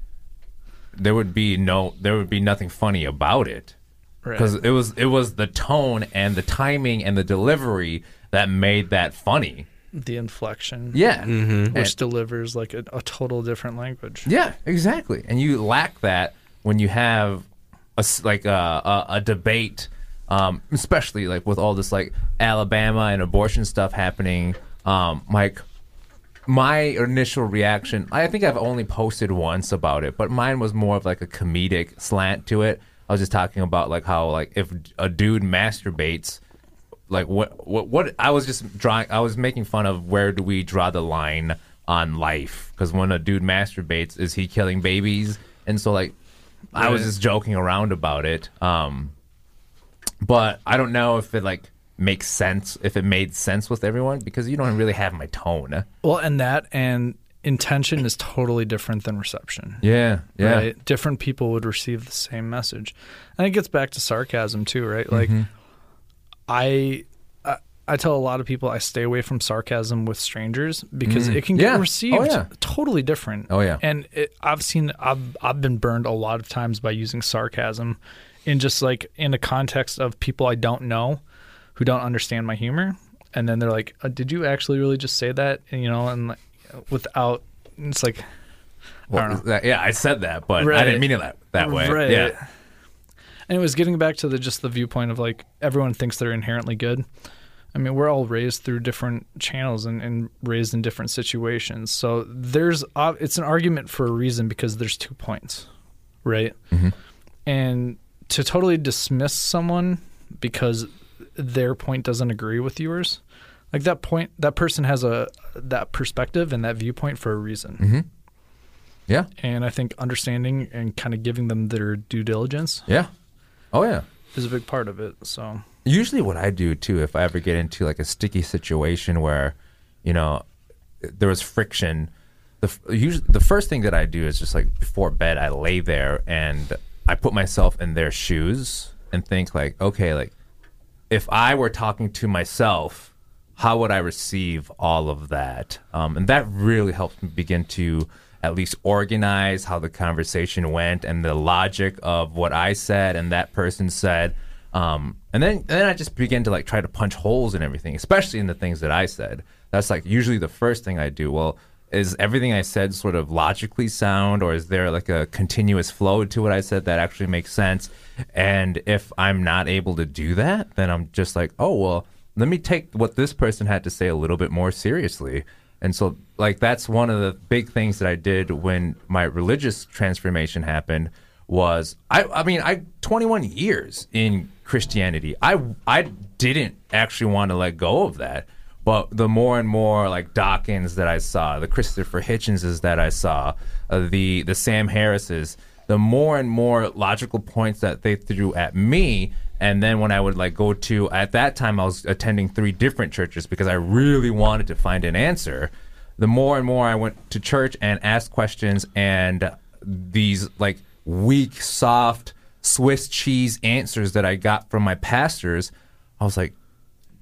there would be no, there would be nothing funny about it Right. because it was it was the tone and the timing and the delivery that made that funny. The inflection, Yeah. Mm-hmm. which delivers like a, a total different language. Yeah, exactly. And you lack that when you have a s like a, a, a debate, um, especially like with all this like Alabama and abortion stuff happening. Um, like my initial reaction, I think I've only posted once about it, but mine was more of like a comedic slant to it. I was just talking about like how like if a dude masturbates, like what what what I was just drawing I was making fun of where do we draw the line on life cuz when a dude masturbates is he killing babies and so like I was just joking around about it um but I don't know if it like makes sense if it made sense with everyone because you don't really have my tone Well, and that and intention is totally different than reception. yeah right? Different people would receive the same message, and it gets back to sarcasm too, right? Like, Mm-hmm. I, I I tell a lot of people I stay away from sarcasm with strangers because it can Yeah. get Oh, received yeah. totally different. Oh, yeah. and it, I've seen I've I've been burned a lot of times by using sarcasm, in just like in the context of people I don't know, who don't understand my humor, and then they're like, uh, "Did you actually really just say that?" And you know, and like, without it's like. Well, that- yeah I said that but I Right. didn't mean it that, that way Right. yeah And it was getting back to the just the viewpoint of like everyone thinks they're inherently good. I mean, we're all raised through different channels and, and raised in different situations. So there's uh, it's an argument for a reason because there's two points, right? And to totally dismiss someone because their point doesn't agree with yours, like that point, that person has a that perspective and that viewpoint for a reason yeah and I think understanding and kind of giving them their due diligence yeah oh yeah is a big part of it. So usually what I do too, if I ever get into like a sticky situation where, you know, there was friction, the f- usually the first thing that I do is just like before bed, I lay there and I put myself in their shoes and think like, okay, like if I were talking to myself, how would I receive all of that? Um, and that really helped me begin to at least organize how the conversation went and the logic of what I said and that person said. Um, and then, and then I just begin to like try to punch holes in everything, especially in the things that I said. That's like usually the first thing I do. Well, is everything I said sort of logically sound, or is there like a continuous flow to what I said that actually makes sense? And if I'm not able to do that, then I'm just like, oh, well, let me take what this person had to say a little bit more seriously. And so, like, that's one of the big things that I did when my religious transformation happened was I, I mean, I 21 years in Christianity, I, I didn't actually want to let go of that. But the more and more like Dawkins that I saw, the Christopher Hitchenses that I saw, uh, the the Sam Harrises, the more and more logical points that they threw at me. And then when I would like go to at that time, I was attending three different churches because I really wanted to find an answer. The more and more I went to church and asked questions, and these like weak, soft Swiss cheese answers that I got from my pastors, I was like,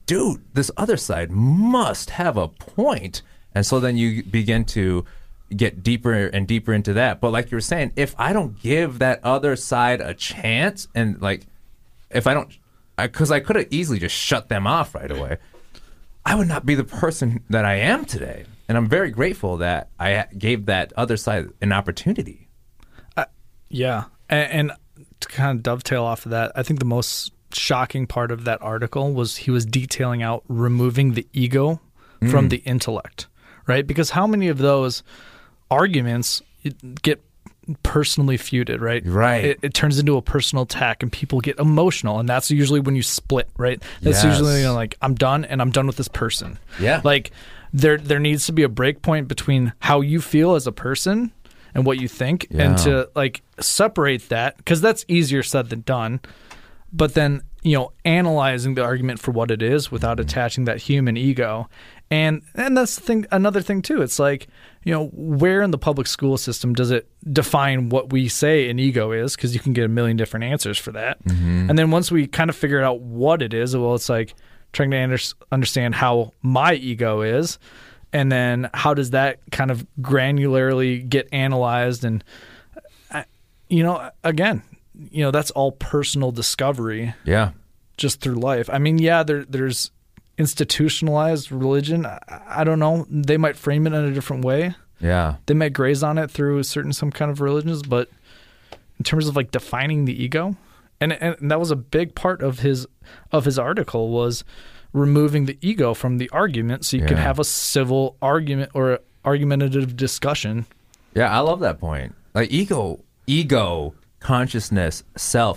dude, this other side must have a point. And so then you begin to get deeper and deeper into that. But like you were saying, if I don't give that other side a chance, and like if I don't, because I, could have easily just shut them off right away, I would not be the person that I am today. And I'm very grateful that I gave that other side an opportunity. yeah, and, and to kind of dovetail off of that, I think the most shocking part of that article was he was detailing out removing the ego from Mm. the intellect, right? Because how many of those arguments get personally feuded, right? Right. It, it turns into a personal attack and people get emotional. And that's usually when you split, right? That's Yes. usually you know, like, I'm done and I'm done with this person. Yeah. Like, there, there needs to be a break point between how you feel as a person and what you think and Yeah. to like separate that because that's easier said than done but then you know analyzing the argument for what it is without attaching that human ego and and that's the thing another thing too it's like you know where in the public school system does it define what we say an ego is because you can get a million different answers for that and then once we kind of figure out what it is well it's like trying to under- understand how my ego is and then how does that kind of granularly get analyzed and you know again you know that's all personal discovery Yeah. just through life i mean yeah there there's institutionalized religion I, I don't know they might frame it in a different way Yeah. they might graze on it through certain some kind of religions but in terms of like defining the ego and and that was a big part of his of his article was removing the ego from the argument so you could Yeah. have a civil argument or argumentative discussion Yeah, I love that point. Like ego, ego, consciousness, self.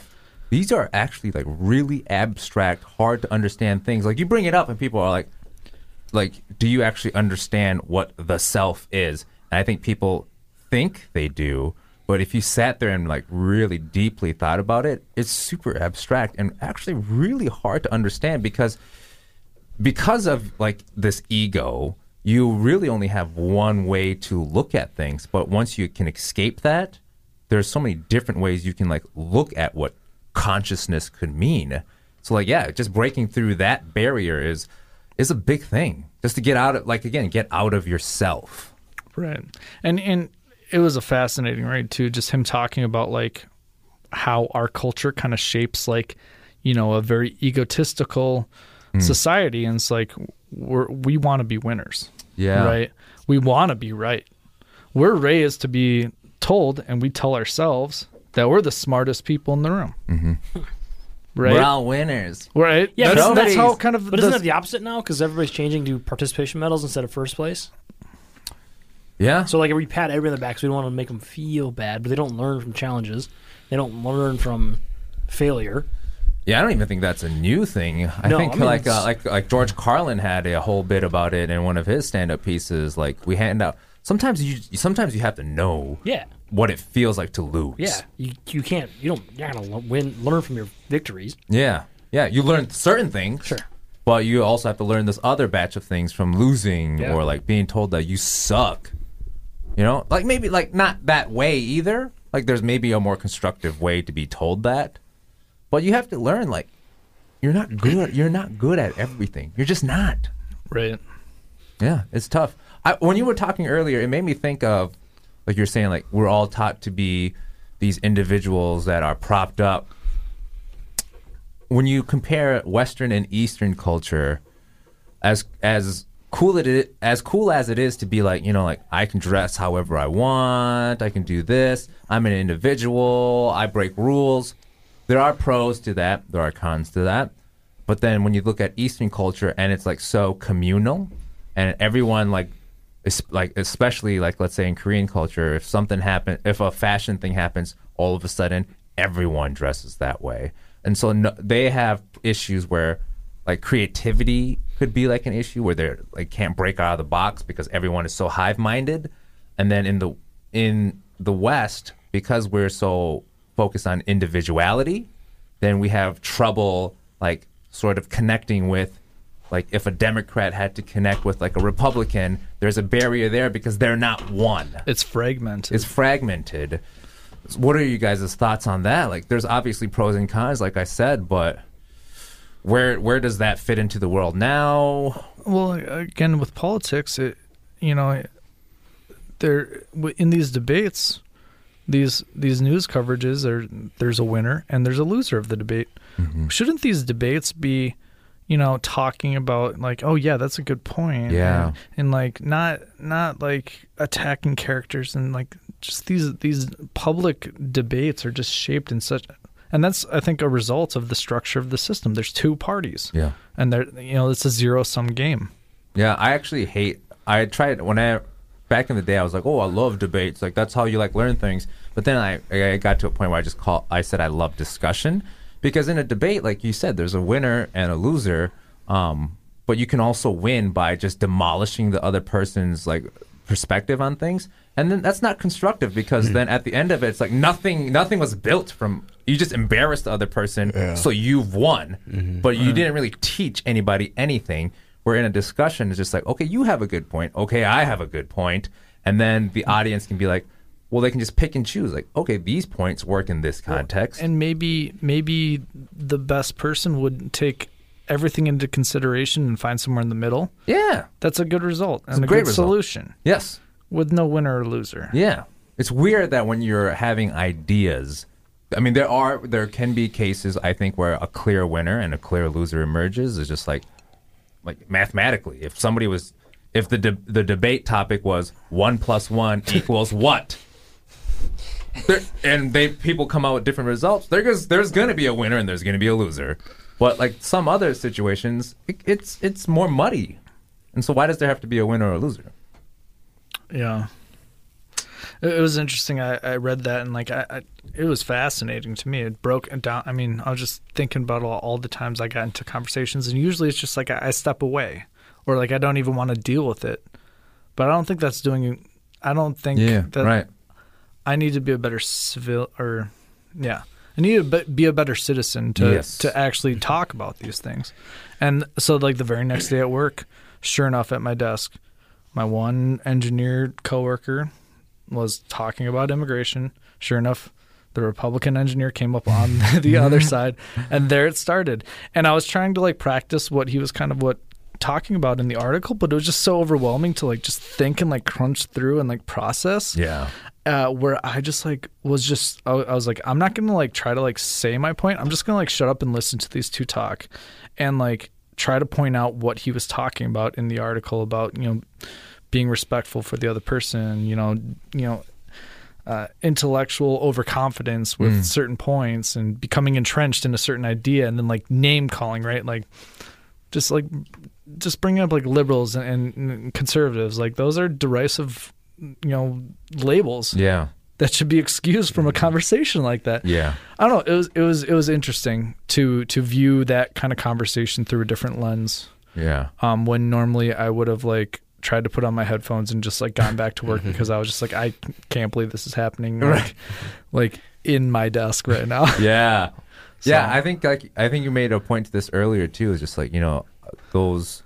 These are actually like really abstract, hard to understand things. Like you bring it up and people are like like do you actually understand what the self is? And I think people think they do, but if you sat there and like really deeply thought about it, it's super abstract and actually really hard to understand because because of like this ego, you really only have one way to look at things. But once you can escape that, there's so many different ways you can like look at what consciousness could mean. So like yeah, just breaking through that barrier is is a big thing. Just to get out of like again, get out of yourself. Right. And and it was a fascinating read too, just him talking about like how our culture kind of shapes like, you know, a very egotistical society and it's like we're, we want to be winners. Yeah. Right? We want to be right. We're raised to be told and we tell ourselves that we're the smartest people in the room. Mm-hmm. Right? We're all winners. right? *laughs* Yeah, but that's, isn't that's that- how kind of But isn't the- that the opposite now? Because everybody's changing to participation medals instead of first place. Yeah. So like we pat everybody on the back, so we don't want to make them feel bad, but they don't learn from challenges. They don't learn from failure. Yeah, I don't even think that's a new thing. I No, think I mean, like uh, it's- like like George Carlin had a whole bit about it in one of his stand-up pieces. Like we hand out. Sometimes you sometimes you have to know Yeah. what it feels like to lose. Yeah, you, you can't you don't you're not gonna l- win learn from your victories. Yeah. Yeah. You learn certain things. Sure. But you also have to learn this other batch of things from losing Yeah. or like being told that you suck. You know? Like maybe like not that way either. Like there's maybe a more constructive way to be told that. But you have to learn like you're not good you're not good at everything. You're just not. Right. Yeah, it's tough. I, when you were talking earlier, it made me think of like you're saying, like we're all taught to be these individuals that are propped up. When you compare Western and Eastern culture, as as cool it is, as cool as it is to be like you know like I can dress however I want, I can do this. I'm an individual. I break rules. There are pros to that. There are cons to that. But then when you look at Eastern culture and it's like so communal, and everyone like. es- Like especially like let's say in Korean culture, if something happen, if a fashion thing happens, all of a sudden everyone dresses that way, and so no, they have issues where like creativity could be like an issue where they're like can't break out of the box because everyone is so hive minded and then in the in the west because we're so focused on individuality then we have trouble like sort of connecting with like if a democrat had to connect with like a republican there's a barrier there because they're not one It's fragmented. it's fragmented. What are you guys' thoughts on that? Like, there's obviously pros and cons, like I said, but where where does that fit into the world now? well again with politics it you know there w- in these debates these these news coverages are there's a winner and there's a loser of the debate shouldn't these debates be you know talking about like oh yeah that's a good point Yeah. and, and like not not like attacking characters and like just these these public debates are just shaped in such and that's i think a result of the structure of the system there's two parties Yeah. and they're you know it's a zero sum game Yeah, I actually hate. I tried when I back in the day. I was like, oh, I love debates. Like that's how you like learn things. But then I I got to a point where I just call. I said I love discussion because in a debate, like you said, there's a winner and a loser. Um, but you can also win by just demolishing the other person's like perspective on things, and then that's not constructive because then at the end of it, it's like nothing. Nothing was built from. You just embarrassed the other person, so you've won. But you didn't really teach anybody anything we're in a discussion it's just like okay you have a good point okay i have a good point and then the audience can be like well they can just pick and choose like okay these points work in this context and maybe maybe the best person would take everything into consideration and find somewhere in the middle yeah that's a good result a and a, great good result. solution yes with no winner or loser yeah it's weird that when you're having ideas i mean there are there can be cases i think where a clear winner and a clear loser emerges it's just like like mathematically if somebody was if the de- the debate topic was one plus one equals what there, and they people come out with different results there goes there's gonna be a winner and there's gonna be a loser but like some other situations it, it's it's more muddy and so why does there have to be a winner or a loser yeah it, it was interesting I, I read that and like I, I it was fascinating to me it broke it down i mean i was just thinking about all, all the times i got into conversations and usually it's just like I, I step away or like i don't even want to deal with it but i don't think that's doing i don't think that I need to be a better civil or yeah. I need to be- be a better citizen to Yes. to actually talk about these things. And so like the very next day at work, sure enough at my desk, my one engineer coworker was talking about immigration. Sure enough, the Republican engineer came up on *laughs* the other side and there it started. And I was trying to like practice what he was kind of what talking about in the article, but it was just so overwhelming to like just think and like crunch through and like process yeah uh, where I just like was just I, I was like I'm not gonna like try to like say my point. I'm just gonna like shut up and listen to these two talk, and like try to point out what he was talking about in the article about you know being respectful for the other person. You know you know. Uh, intellectual overconfidence with certain points and becoming entrenched in a certain idea and then like name calling right like just like just bringing up like liberals and, and conservatives like those are derisive you know labels yeah that should be excused from a conversation like that. Mm-hmm. yeah I don't know. It was it was it was interesting to to view that kind of conversation through a different lens. yeah Um, when normally I would have like tried to put on my headphones and just like gone back *laughs* to work because I was just like, I can't believe this is happening. Like, Right. like in my desk *laughs* right now. Yeah. Yeah, So- I think like I think you made a point to this earlier too. Is just like you know those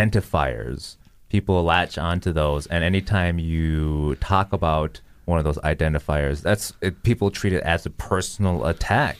identifiers, people latch onto those, and anytime you talk about one of those identifiers, that's it, people treat it as a personal attack,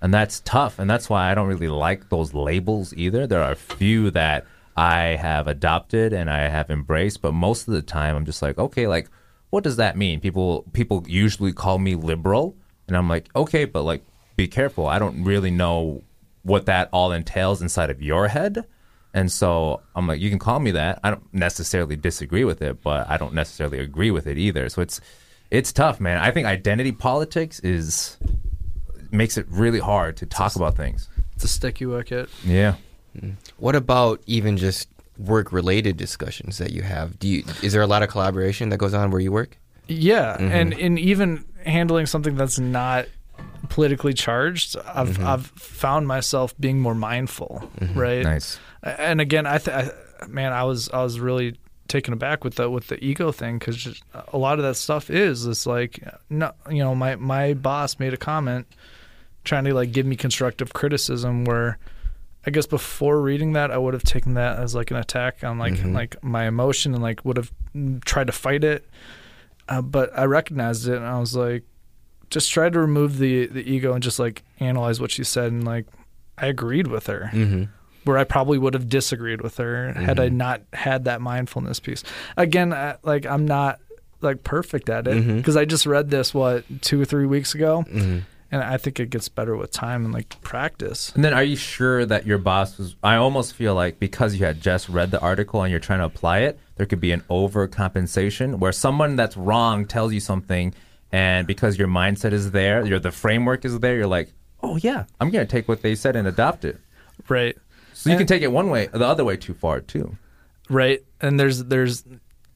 and that's tough. And that's why I don't really like those labels either. There are a few that I have adopted and I have embraced, but most of the time I'm just like, okay, like what does that mean? People people usually call me liberal, and I'm like, okay, but like be careful. I don't really know what that all entails inside of your head. And so I'm like, you can call me that. I don't necessarily disagree with it, but I don't necessarily agree with it either. So it's it's tough, man. I think identity politics is makes it really hard to talk about things. It's a sticky wicket. Yeah. What about even just work related discussions that you have? Do you is there a lot of collaboration that goes on where you work? Yeah, Mm-hmm. and and even handling something that's not politically charged, I've Mm-hmm. I've found myself being more mindful, right? Nice. And again, I, th- I man, I was I was really taken aback with the with the ego thing because a lot of that stuff is it's like no, you know, my my boss made a comment trying to like give me constructive criticism where. I guess before reading that, I would have taken that as like an attack on like like my emotion and like would have tried to fight it uh, but I recognized it and I was like, just try to remove the the ego and just like analyze what she said and like I agreed with her where I probably would have disagreed with her had Mm-hmm. I not had that mindfulness piece. Again, I, like I'm not like perfect at it Mm-hmm. because I just read this what two or three weeks ago, and I think it gets better with time and like practice. And then are you sure that your boss was I almost feel like because you had just read the article and you're trying to apply it, there could be an overcompensation where someone that's wrong tells you something and because your mindset is there, your the framework is there, you're like, "Oh yeah, I'm going to take what they said and adopt it." Right. So you And- can take it one way, the other way too far too. right and there's there's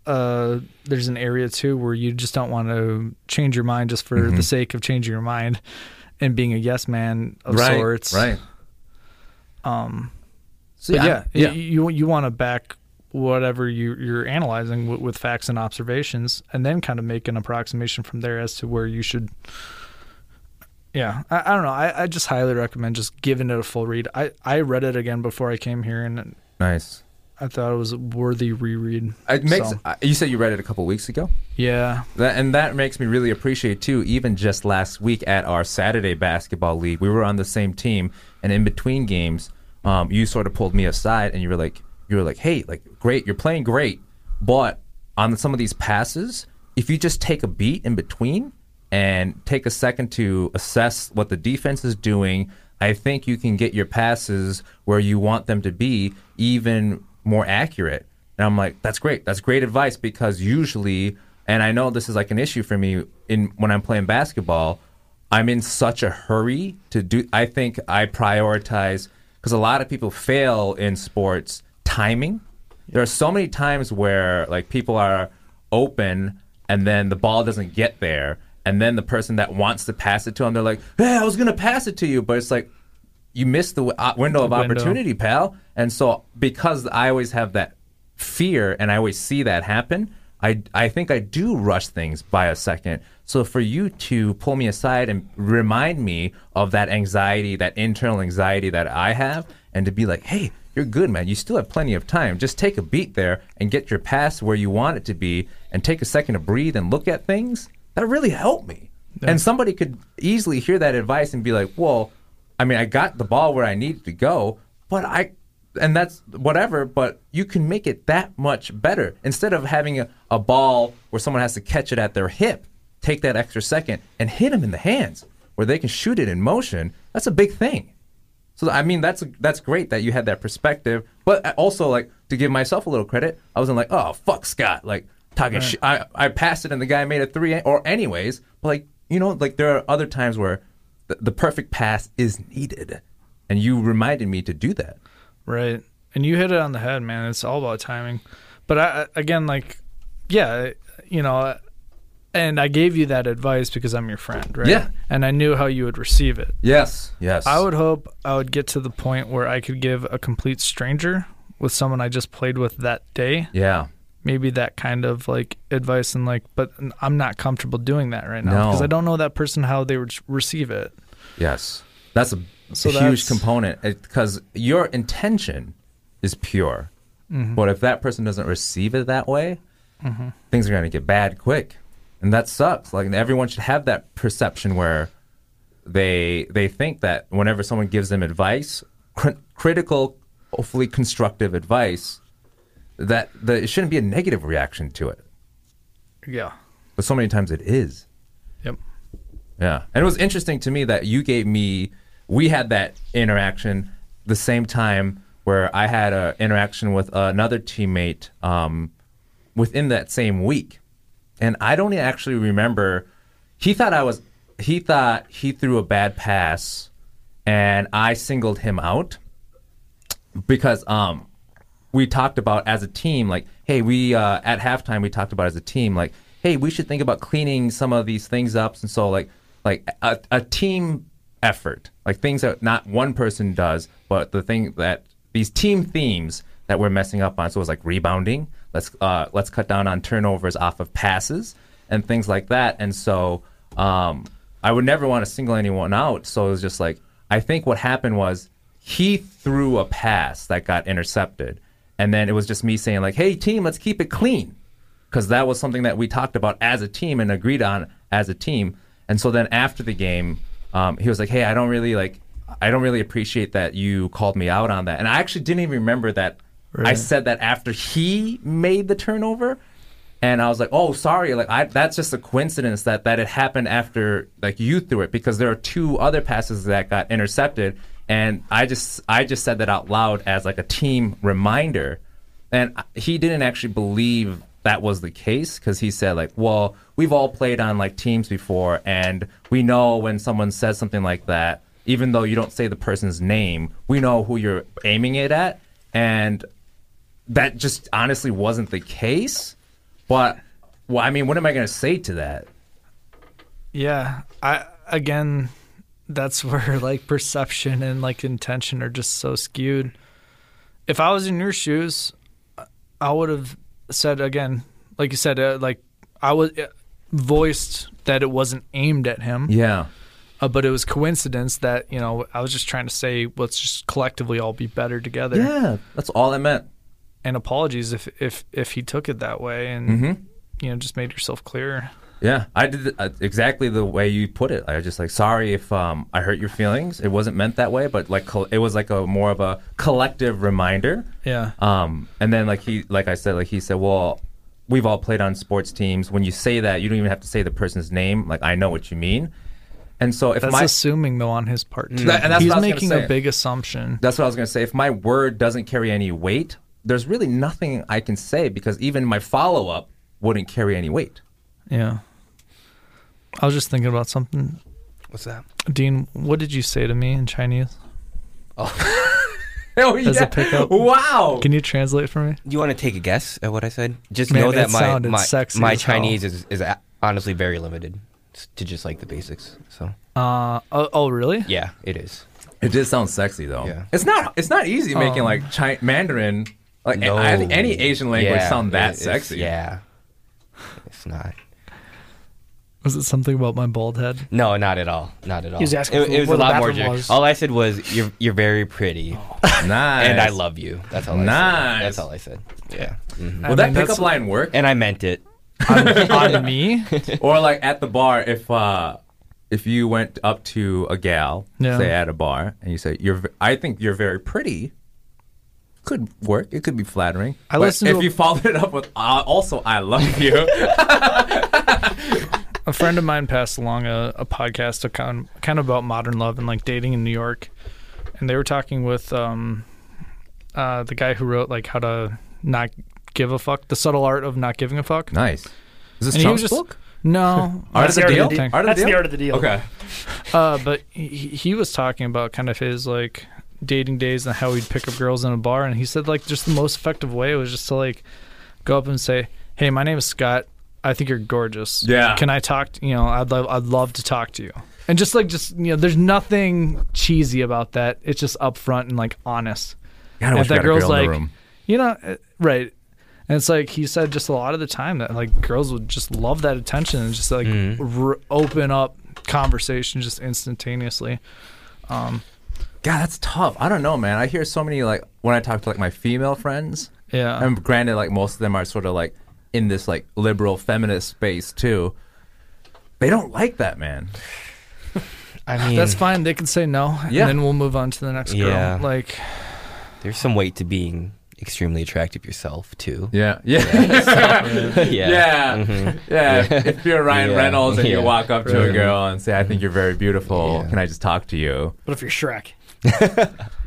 uh there's an area too where you just don't want to change your mind just for Mm-hmm. the sake of changing your mind and being a yes man of sorts Right. so yeah, yeah, yeah. y- you you want to back whatever you you're analyzing with, with facts and observations and then kind of make an approximation from there as to where you should yeah i, I don't know I, I just highly recommend just giving it a full read i i read it again before i came here and Nice. i thought it was a worthy reread It makes So, uh, you said you read it a couple weeks ago. yeah That, and that makes me really appreciate too. Even just last week at our Saturday basketball league, we were on the same team, and in between games, um, you sort of pulled me aside and you were like, you were like, hey, like great, you're playing great, but on some of these passes, if you just take a beat in between and take a second to assess what the defense is doing, I think you can get your passes where you want them to be even more accurate. And I'm like, that's great. That's great advice because usually, and I know this is like an issue for me in when I'm playing basketball, I'm in such a hurry to do. I think I prioritize because a lot of people fail in sports timing. There are so many times where like people are open and then the ball doesn't get there, and then the person that wants to pass it to them, they're like, "Hey, I was gonna pass it to you," but it's like you missed the w- uh, window of window. opportunity opportunity, pal. And so because I always have that fear and I always see that happen, I I think I do rush things by a second. So for you to pull me aside and remind me of that anxiety, that internal anxiety that I have, and to be like, hey, you're good, man. You still have plenty of time. Just take a beat there and get your pass where you want it to be, and take a second to breathe and look at things. That really helped me. And somebody could easily hear that advice and be like, well, I mean, I got the ball where I needed to go, but I, and that's whatever, but you can make it that much better. Instead of having a, a ball where someone has to catch it at their hip, take that extra second and hit them in the hands where they can shoot it in motion. That's a big thing. So I mean that's that's great that you had that perspective, but I also like to give myself a little credit, I wasn't like oh fuck Scott like talking shit. I I passed it and the guy made a three or anyways, but like you know like there are other times where the, the perfect pass is needed, and you reminded me to do that. Right. And you hit it on the head, man. It's all about timing. But I, I- again, like, yeah, you know, and I gave you that advice because I'm your friend, right? Yeah. And I knew how you would receive it. Yes, yes. I would hope I would get to the point where I could give a complete stranger with someone I just played with that day Yeah, maybe that kind of like advice and like, but I'm not comfortable doing that right now No. because I don't know that person how they would receive it. Yes, that's a So huge that's- component because your intention is pure, Mm-hmm. but if that person doesn't receive it that way, things are going to get bad quick, and that sucks. Like and everyone should have that perception where they they think that whenever someone gives them advice, cr- critical, hopefully constructive advice, that the, it shouldn't be a negative reaction to it. Yeah. But so many times it is. Yep. Yeah. And it was interesting to me that you gave me, we had that interaction the same time where I had an interaction with another teammate um, within that same week. And I don't actually remember, he thought I was, he thought he threw a bad pass and I singled him out because um we talked about as a team like hey we uh, at halftime we talked about as a team like hey we should think about cleaning some of these things up and so like like a, a team effort like things that not one person does but the thing that these team themes that we're messing up on so it was like rebounding let's uh, let's cut down on turnovers off of passes and things like that and so um, I would never want to single anyone out so it was just like I think what happened was he threw a pass that got intercepted. And then it was just me saying, like, hey, team, let's keep it clean. Because that was something that we talked about as a team and agreed on as a team. And so then after the game, um, he was like, hey, I don't really like, I don't really appreciate that you called me out on that. And I actually didn't even remember that I said that after he made the turnover. And I was like, "Oh, sorry. Like, I, that's just a coincidence that that it happened after like you threw it because there are two other passes that got intercepted, and I just I just said that out loud as like a team reminder, and I- he didn't actually believe that was the case because he said like, "Well, we've all played on like teams before, and we know when someone says something like that, even though you don't say the person's name, we know who you're aiming it at, and that just honestly wasn't the case. But well, I mean, what am I going to say to that? Yeah. I, again, that's *laughs* where like perception and like intention are just so skewed. If I was in your shoes, I would have said again, like you said, uh, like I was uh, voiced that it wasn't aimed at him. Yeah, uh, but it was coincidence that you know I was just trying to say let's just collectively all be better together. yeah, that's all it meant. And apologies if if if he took it that way and Mm-hmm. you know just made yourself clear. Yeah, I did it, uh, exactly the way you put it. I was just like, sorry if um, I hurt your feelings. It wasn't meant that way, but like col- it was like a more of a collective reminder. Yeah. Um, and then like he, like I said, like he said, well, we've all played on sports teams. When you say that, you don't even have to say the person's name. Like I know what you mean. And so if That's my Mm. assuming though on his part too. That- and that's He's what I was gonna making say. a big assumption. That's what I was going to say. If my word doesn't carry any weight, there's really nothing I can say because even my follow up wouldn't carry any *laughs* weight. Yeah. I was just thinking about something. What's that? Dean, what did you say to me in Chinese? Oh, As a pickup. Wow. Can you translate for me? You want to take a guess at what I said? Just Man, know it that my sounded my, sexy my as hell. Chinese is, is a- honestly very limited s- to just like the basics. So Uh oh, oh really? yeah, it is. it did sound sexy though. Yeah. It's not it's not easy Oh. making like chi- Mandarin like No. I think any Asian language Yeah, sound that it- it's- sexy. *laughs* Yeah, it's not. Was it something about my bald head? No, not at all. Not at all. was asking it, for it was where a the lot more. bathroom generic. was. All I said was you're you're very pretty, Oh. Nice. and I love you. That's all. I Nice. said. That's all I said. Yeah, Mhm. Will I that pickup mean, that's- line work? and I meant it. *laughs* on, *laughs* on me? or like at the bar if uh if you went up to a gal Yeah. say at a bar and you say you're v- i think you're very pretty could work it could be flattering I But listened if to a- you followed it up with uh, also i love *laughs* you a friend of mine passed along a, a podcast account kind of about modern love and like dating in New York. And they were talking with um, uh, the guy who wrote like how to not give a fuck, the subtle art of not giving a fuck. nice is this And he was Trump's just book No, *laughs* Art That's of the the deal? art of the deal. Art of That's the the deal? art of the deal. Okay. uh, but he, he was talking about kind of his like dating days and how he'd pick up girls in a bar. And he said like just the most effective way was just to like go up and say, "Hey, my name is Scott. I think you're gorgeous. Yeah. can I talk? To, you know, I'd love I'd love to talk to you." And just like just you know, there's nothing cheesy about that. It's just upfront and like honest. God, I And wish if we that had a girl's girl in the like, room. you know, uh, right. And it's like he said just a lot of the time that like girls would just love that attention and just like Mm-hmm. r- open up conversation just instantaneously. God, that's tough. I don't know, man. I hear so many like when I talk to like my female friends. Yeah. And granted, like most of them are sort of like in this like liberal feminist space too. They don't like that, man. I mean, Ah, That's fine. They can say no, and Yeah. then we'll move on to the next girl. Yeah. Like, there's some weight to being extremely attractive yourself too. *laughs* Yeah. Yeah. *laughs* yeah. Yeah. Yeah. If you're Ryan Yeah. Reynolds and you Yeah. walk up to a girl and say, I think you're very beautiful, Yeah. can I just talk to you? But if you're Shrek,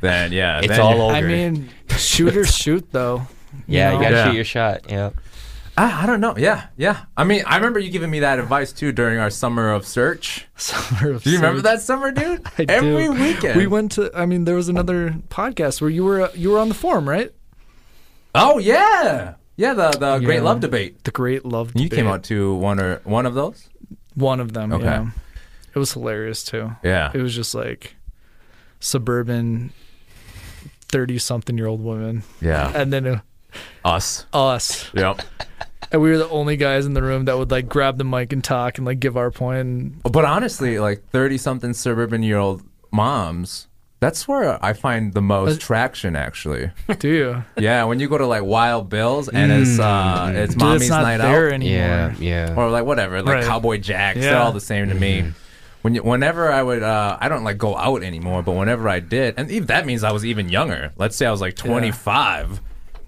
Then, yeah. It's then all you- over. I mean, shoot *laughs* or shoot though. yeah, you know? gotta Yeah. shoot your shot. Yeah. Ah, I, I don't know. Yeah. Yeah. I mean, I remember you giving me that advice too during our summer of search. *laughs* Summer of Do you remember Sage. that summer, dude? I do. Every weekend. We went to. I mean, there was another podcast where you were uh, you were on the forum, right? Oh, yeah. Yeah. The, the Great Love Debate. The Great Love. You came Debate. out to one or one of those? One of them. Okay. Yeah. It was hilarious too. Yeah. *laughs* It was just like suburban thirty something year old women, Yeah. and then uh, Us. us, Yep. and we were the only guys in the room that would like grab the mic and talk and like give our point. And But honestly, like 30 something suburban year old moms, that's where I find the most traction, actually. do you? yeah, when you go to like Wild Bills and it's uh, it's Hmm. Dude, mommy's it's not night there out anymore. Yeah. Yeah. Mm-hmm. or like whatever, like Right. Cowboy Jacks, they're Yeah. all the same to me. When you, whenever I would, uh, I don't like go out anymore, but whenever I did, and even, that means I was even younger. Let's say I was like 25,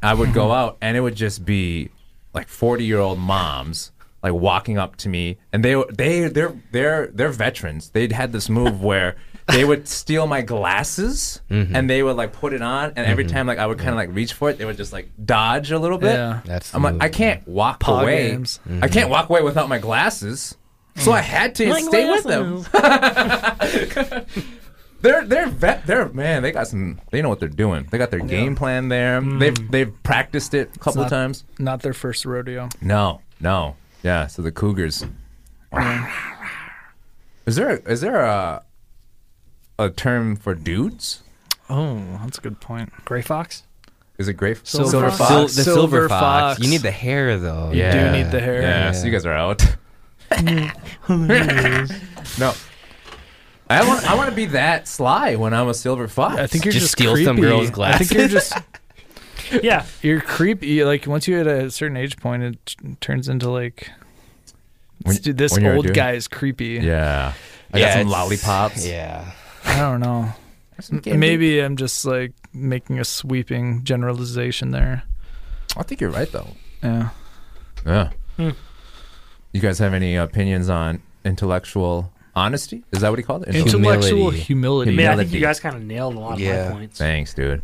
I would go Mm-hmm. out and it would just be like 40 year old moms like walking up to me, and they were- they they're they're they're veterans. They'd had this move where. *laughs* They would steal my glasses Mm-hmm. and they would like put it on, and every time like I would kind of like reach for it, they would just like dodge a little bit. Yeah. That's the I'm like, move. I can't walk Paw away. games. I can't walk away without my glasses. So I had to stay with them. *laughs* they're they're vet, they're man. They got some. They know what they're doing. They got their game plan there. Mm. They've they've practiced it a couple not- times. Not their first rodeo. No, no, yeah. So the Cougars. Is there is there a a term for dudes? Oh, that's a good point. Gray Fox. Is it gray? Silver Sil- fox. the silver, Silver fox. fox. You need the hair though. Yeah. do need the hair. Yeah, so you guys are out. *laughs* no. I want I want to be that sly when I'm a silver fox. I think you're Just just, steal some creepy. girl's I think *laughs* you're just Yeah, you're creepy. Like once you hit a certain age point, it t- turns into like When- this- this when you're a old dude. guy is creepy. Yeah. I Yeah, got some it's- lollipops. Yeah. I don't know. Maybe I'm just like making a sweeping generalization there. I think you're right though. Yeah. Hmm. Yeah. You guys have any opinions on intellectual honesty? Is that what he called it? Intel- Intel- Intellectual Humility. I humility. mean, I think Humility. you guys kind of nailed a lot of Yeah. my points. Thanks, dude.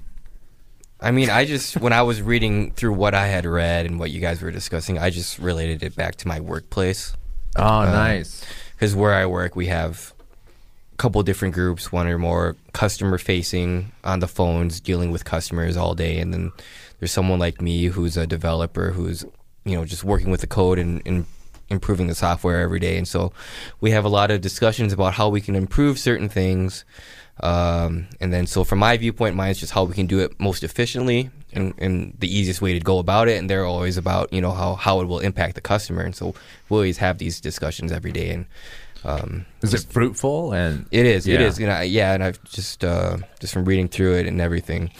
I mean, I just *laughs* when I was reading through what I had read and what you guys were discussing, I just related it back to my workplace. Oh, Uh, nice. because where I work, we have a couple different groups, one or more customer facing on the phones, dealing with customers all day, and then there's someone like me who's a developer who's you know just working with the code and, and improving the software every day, and so we have a lot of discussions about how we can improve certain things. Um, and then, so from my viewpoint, mine's just how we can do it most efficiently and, and the easiest way to go about it. And they're always about, you know, how, how it will impact the customer. And so we always have these discussions every day. And um, Is it fruitful and it is, it Yeah. is. And I, yeah, and I've just, uh, just from reading through it and everything,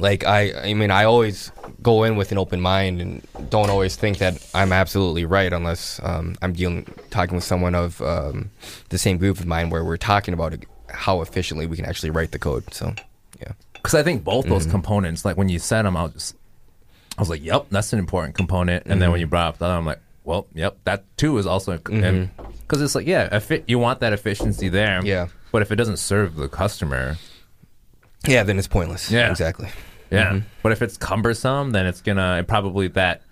like I, I mean, I always go in with an open mind and don't always think that I'm absolutely right unless um, I'm dealing talking with someone of um, the same group of mine where we're talking about how efficiently we can actually write the code. So, yeah, because I think both Mm-hmm. those components, like when you said them, I was, just, I was like, "Yep, that's an important component." And Mm-hmm. then when you brought up that, I'm like, "Well, yep, that too is also because it's like, yeah, if it, you want that efficiency there, Mm-hmm. Yeah. but if it doesn't serve the customer, yeah, then it's pointless. Yeah. exactly. yeah, Mm-hmm. but if it's cumbersome, then it's gonna it probably that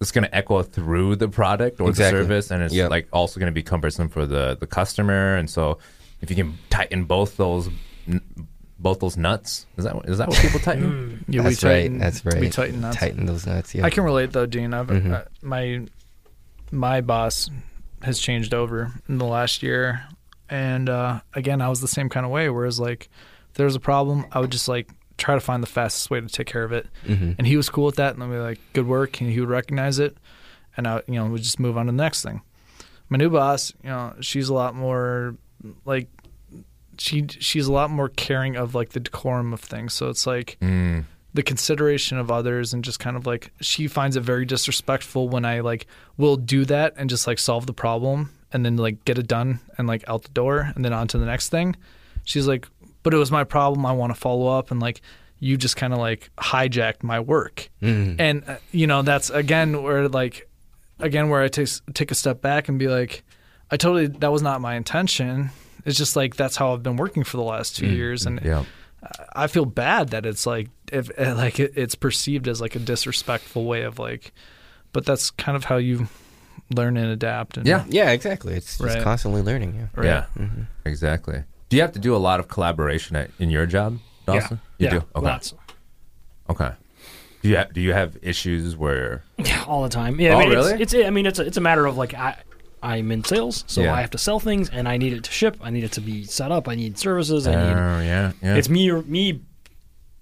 it's gonna echo through the product or Exactly. the service, and it's Yep. like also gonna be cumbersome for the the customer. And so, if you can tighten both those. N- both those nuts is that what- is that what people tighten? Yeah, That's right. That's right. We tighten nuts. Tighten those nuts. Yeah. I can relate though, Dean. I've, uh, my my boss has changed over in the last year, and uh, again, I was the same kind of way. Whereas, like, if there was a problem, I would just like try to find the fastest way to take care of it. Mhm. And he was cool with that, and then we were like, good work, and he would recognize it, and I, you know, would just move on to the next thing. My new boss, you know, she's a lot more like she she's a lot more caring of like the decorum of things. So it's like Mm. the consideration of others and just kind of like she finds it very disrespectful when I like will do that and just like solve the problem and then like get it done and like out the door and then on to the next thing. She's like, but it was my problem. I want to follow up and like you just kind of like hijacked my work. And uh, you know that's again where like again where I take take a step back and be like, I totally that was not my intention. It's just like that's how I've been working for the last two years and Yeah. I feel bad that it's like if eh, like it, it's perceived as like a disrespectful way of like, but that's kind of how you learn and adapt. And Yeah. Yeah, exactly. It's just Right. constantly learning. Yeah. Right. Yeah. Mm-hmm. Exactly. Do you have to do a lot of collaboration at, in your job, Dawson? yeah, You do. Okay. lots. Okay. Do you have, do you have issues where? Yeah, all the time. Yeah, Oh, I mean, it's- really? It's, I mean, it's a, it's a matter of like I, I'm in sales, so Yeah. I have to sell things, and I need it to ship. I need it to be set up. I need services. Oh I need. yeah. Yeah. It's me me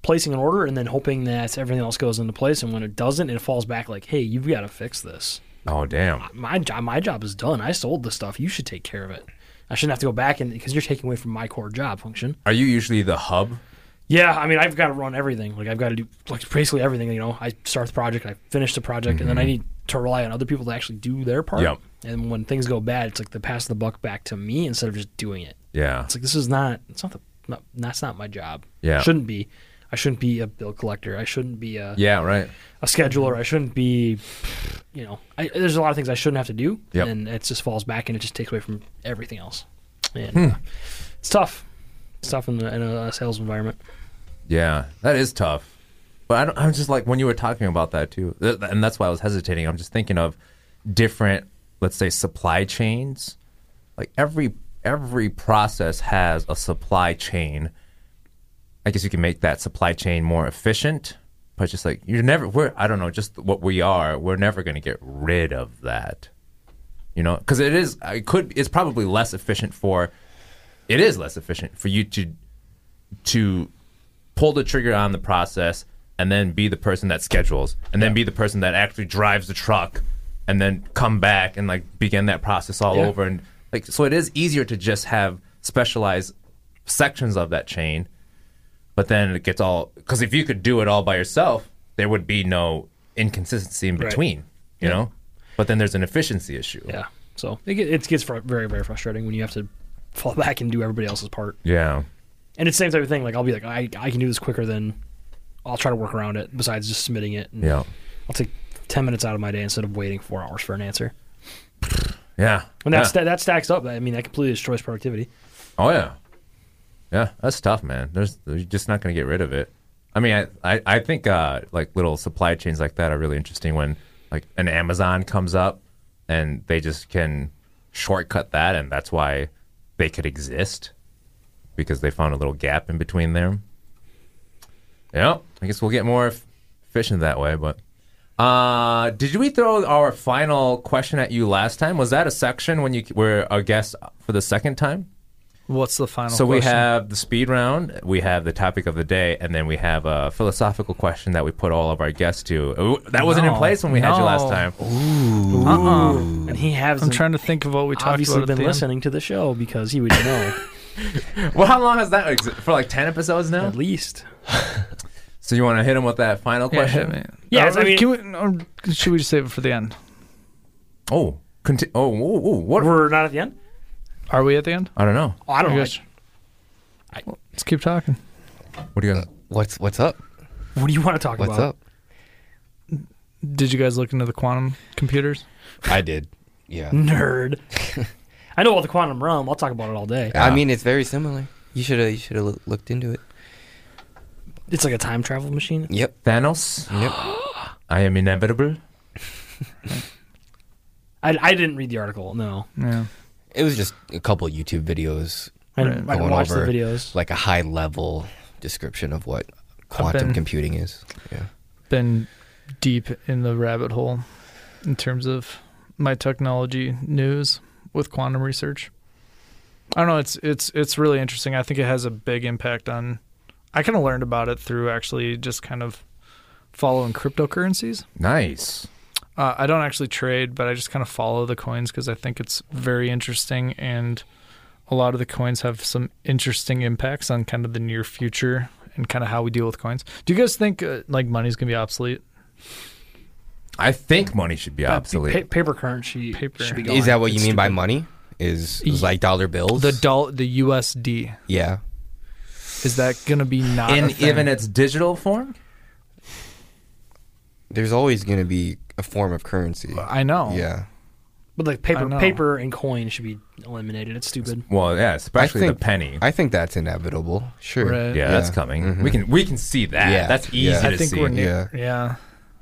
placing an order and then hoping that everything else goes into place. And when it doesn't, it falls back like, hey, you've got to fix this. oh damn. My job, my job is done. I sold the stuff. You should take care of it. I shouldn't have to go back and because you're taking away from my core job function. Are you usually the hub? Yeah, I mean, I've got to run everything. Like I've got to do like basically everything. You know, I start the project, I finish the project, and then I need to rely on other people to actually do their part. Mm-hmm. Yep. And when things go bad, it's like they pass the buck back to me instead of just doing it. Yeah. It's like this is not. It's not the. Not, that's not my job. Yeah. Shouldn't be. I shouldn't be a bill collector. I shouldn't be a, Yeah. Right. a scheduler. I shouldn't be. You know, I, there's a lot of things I shouldn't have to do, Yep. and it just falls back, and it just takes away from everything else. And Hmm. uh, it's tough. It's tough in, the, in a sales environment. Yeah, that is tough. But I don't, I'm just like when you were talking about that too, th- and that's why I was hesitating. I'm just thinking of different, let's say, supply chains. Like every every process has a supply chain. I guess you can make that supply chain more efficient, but it's just like you're never. We're I don't know, just what we are. We're never going to get rid of that. You know, because it is. It could. It's probably less efficient for. It is less efficient for you to to pull the trigger on the process and then be the person that schedules and then be the person that actually drives the truck and then come back and like begin that process all Yeah. over and like so it is easier to just have specialized sections of that chain but then it gets all because if you could do it all by yourself there would be no inconsistency in Right. between you know but then there's an efficiency issue Yeah. So it, get- it gets fr- very, very frustrating when you have to fall back and do everybody else's part. yeah And it's the same type of thing. Like, I'll be like, I, I can do this quicker than I'll try to work around it besides just submitting it. And yeah I'll take 10 minutes out of my day instead of waiting four hours for an answer. yeah And that, Yeah. sta- that stacks up. I mean, that completely destroys productivity. Oh yeah, yeah. That's tough, man. There's you're just not gonna get rid of it. I mean, I I, I think uh, like little supply chains like that are really interesting when like an Amazon comes up and they just can shortcut that, and that's why they could exist because they found a little gap in between there. Yeah, I guess we'll get more f- efficient that way, but. Uh, did we throw our final question at you last time? Was that a section when you were a guest for the second time? What's the final? So we question? have the speed round, we have the topic of the day, and then we have a philosophical question that we put all of our guests to. Ooh, That wasn't in No, place when we had you last no. time. And he has Uh-uh. I'm trying to think of what we talked obviously about. been at the end. listening to the show because he would know *laughs* Well, how long has that exi- for? Like ten episodes now. at least. So you want to hit him with that final Yeah, question? hit me. Yeah, Uh, it's- I mean- can we, or should we just save it for the end? oh, conti- oh, oh, oh, what? We're not at the end? Are we at the end? I don't know. Oh, I don't know. Yes. Let's keep talking. What do you guys? What's what's up? What do you want to talk What's about? up? Did you guys look into the quantum computers? I did. *laughs* Yeah. Nerd. I know about the quantum realm. I'll talk about it all day. I mean, it's very similar. You should have you should have loo- looked into it. It's like a time travel machine. Yep. Thanos, Yep. *gasps* I am inevitable. I, I didn't read the article. No, Yeah. it was just a couple of YouTube videos, I Right. didn't, I didn't Going watch over. the videos. like a high level description of what quantum been- computing is. Yeah. Been deep in the rabbit hole in terms of my technology news with quantum research. I don't know. It's it's it's really interesting. I think it has a big impact on I kind of learned about it through actually just kind of following cryptocurrencies. Nice. Uh, I don't actually trade, but I just kind of follow the coins because I think it's very interesting, and a lot of the coins have some interesting impacts on kind of the near future and kind of how we deal with coins. Do you guys think uh, like money's gonna be obsolete? I think money should be obsolete. Pa- paper currency Paper. should be gone. Is that what you It's mean by stupid. money? Is, Ye- is like dollar bills? The doll, the USD, yeah. is that gonna be not a in thing? even its digital form? There's always going to be a form of currency. I know. Yeah. But like I paper, know. paper and coin should be eliminated. It's stupid. Well, yeah, especially think- the penny. I think that's inevitable. Sure. Right. yeah, that's coming. We can we can see that. Mm-hmm. Yeah. That's easy Yeah. to I think see. we're near. yeah. Yeah.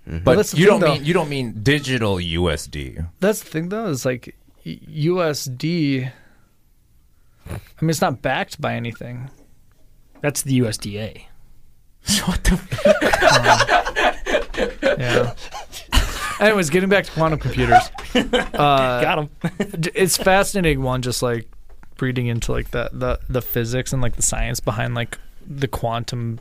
Mm-hmm. but that's the you thing, don't though. mean you don't mean digital USD. That's the thing, though, is like y- USD. I mean, it's not backed by anything. That's the USDA. *laughs* what the *laughs* Yeah. Anyways, getting back to quantum computers, uh, Got him. d- it's fascinating. One, just like reading into like the, the the physics and like the science behind like the quantum,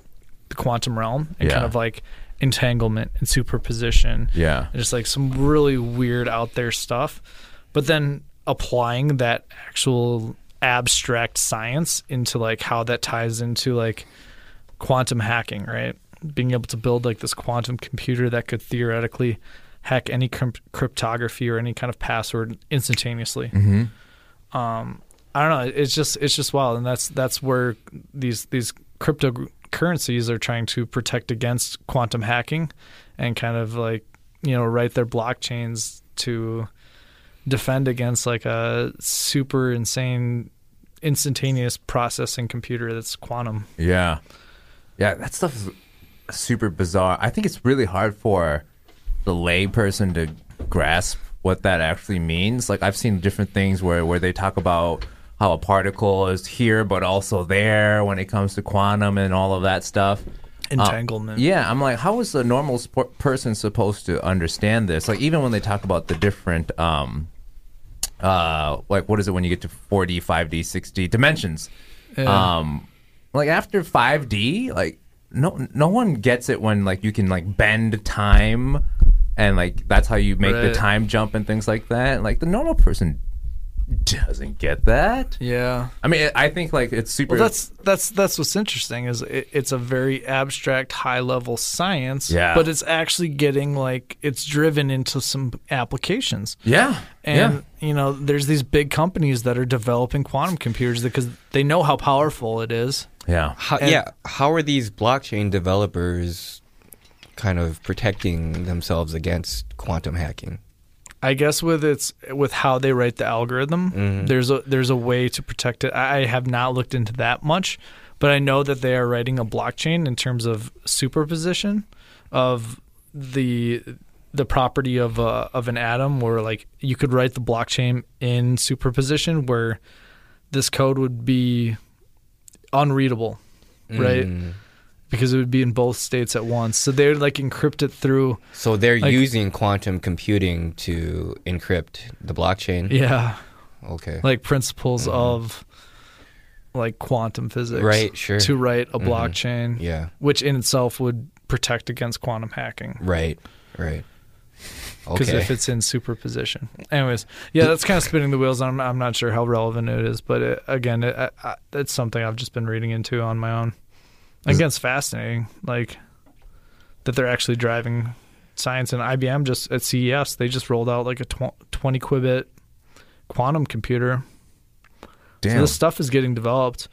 the quantum realm, and Yeah. kind of like entanglement and superposition. Yeah. and just like some really weird out there stuff. But then applying that actual abstract science into like how that ties into like quantum hacking, right? Being able to build like this quantum computer that could theoretically hack any crypt- cryptography or any kind of password instantaneously. Um, I don't know. It's just it's just wild, and that's that's where these these cryptocurrencies are trying to protect against quantum hacking, and kind of like you know write their blockchains to defend against like a super insane instantaneous processing computer that's quantum. Yeah. Yeah, that stuff is super bizarre. I think it's really hard for the layperson to grasp what that actually means. Like I've seen different things where, where they talk about how a particle is here but also there when it comes to quantum and all of that stuff. Uh, Entanglement. yeah, I'm like, how is the normal sp- person supposed to understand this? Like, even when they talk about the different, um, uh, like, what is it when you get to 4D, 5D, 6D dimensions? Um, like after 5D, like no, no one gets it when like you can like bend time, and like that's how you make the Right. time jump and things like that. Like the normal person doesn't get that. Yeah. I mean, I think like it's super. Well, that's that's that's what's interesting is it, it's a very abstract, high level science. Yeah. But it's actually getting like it's driven into some applications. yeah, yeah. And you know, there's these big companies that are developing quantum computers because they know how powerful it is. Yeah. How, And- yeah. How are these blockchain developers kind of protecting themselves against quantum hacking? I guess with its with how they write the algorithm, there's a there's a way to protect it. I I have not looked into that much, but I know that they are writing a blockchain in terms of superposition of the the property of a, of an atom where like you could write the blockchain in superposition where this code would be unreadable, right? Because it would be in both states at once. So they would like encrypt it through So they're Like- using quantum computing to encrypt the blockchain. yeah. Okay. like principles of like quantum physics Mm-hmm. Right, sure. Mm-hmm. to write a blockchain yeah. which in itself would protect against quantum hacking Right. Right. *laughs* because Okay. if it's in superposition anyways yeah that's kind of spinning the wheels I'm, I'm not sure how relevant it is but it, again it, I, I, it's something i've just been reading into on my own again it's fascinating like that they're actually driving science and ibm just at ces they just rolled out like a tw- 20 qubit quantum computer so Damn. this stuff is getting developed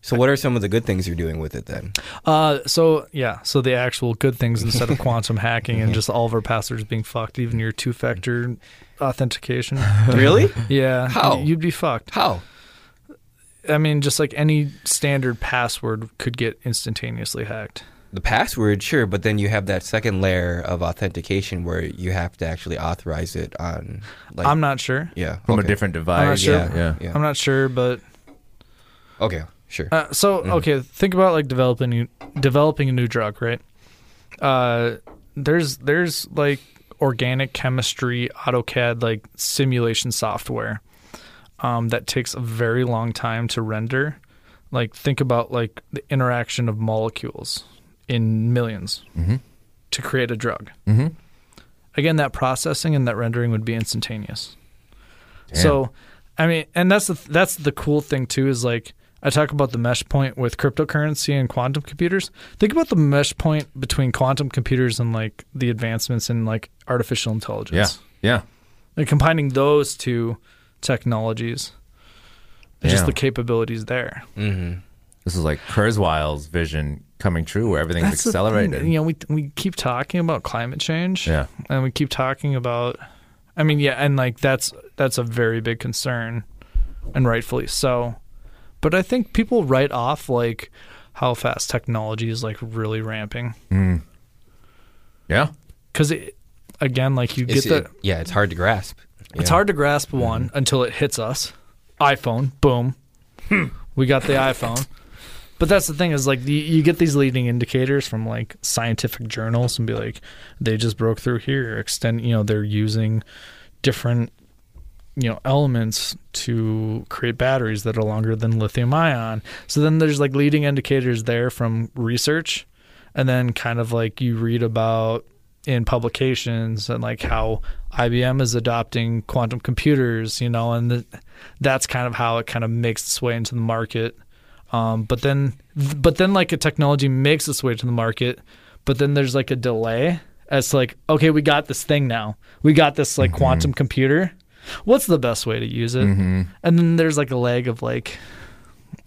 so what are some of the good things you're doing with it *laughs* then? Uh, so yeah, so the actual good things instead of quantum hacking and just all of our passwords being fucked, even your two-factor authentication. really? Yeah, How? you'd be fucked. How? I mean, just like any standard password could get instantaneously hacked. The password, sure, but then you have that second layer of authentication where you have to actually authorize it on like I'm not sure. yeah, From okay. a different device. sure. Yeah. Yeah. Yeah. I'm not sure, but Okay, sure. Uh, so Mm-hmm. okay, think about like developing developing a new drug, right? Uh, there's there's like organic chemistry AutoCAD like simulation software um, that takes a very long time to render like think about like the interaction of molecules in 1000000s Mm-hmm. to create a drug. Mm-hmm. Again, that processing and that rendering would be instantaneous. So, I mean, and that's the that's the cool thing too is like I talk about the mesh point with cryptocurrency and quantum computers. Think about the mesh point between quantum computers and like the advancements in like artificial yeah, intelligence. yeah. And combining those two technologies, and just Yeah. the capabilities there. This is like Kurzweil's vision coming true, where everything's the thing, accelerated. You know, we we keep talking about climate change. Yeah. And we keep talking about I mean, yeah, and like that's that's a very big concern and rightfully so. But I think people write off like how fast technology is like really ramping yeah, cuz it again like you It's- get the it- yeah, it's hard to grasp. It's hard to grasp one until it hits us. iPhone, boom. we got the iPhone. But that's the thing is like you, you get these leading indicators from like scientific journals and be like they just broke through here extend you know they're using different you know elements to create batteries that are longer than lithium ion. So then there's like leading indicators there from research and then kind of like you read about in publications and like how IBM is adopting quantum computers, you know, and the, that's kind of how it kind of makes its way into the market. Um, but then, but then like a technology makes its way to the market, but then there's like a delay. It's like, okay, we got this thing now. We got this like quantum computer. What's the best way to use it? And then there's like a lag of like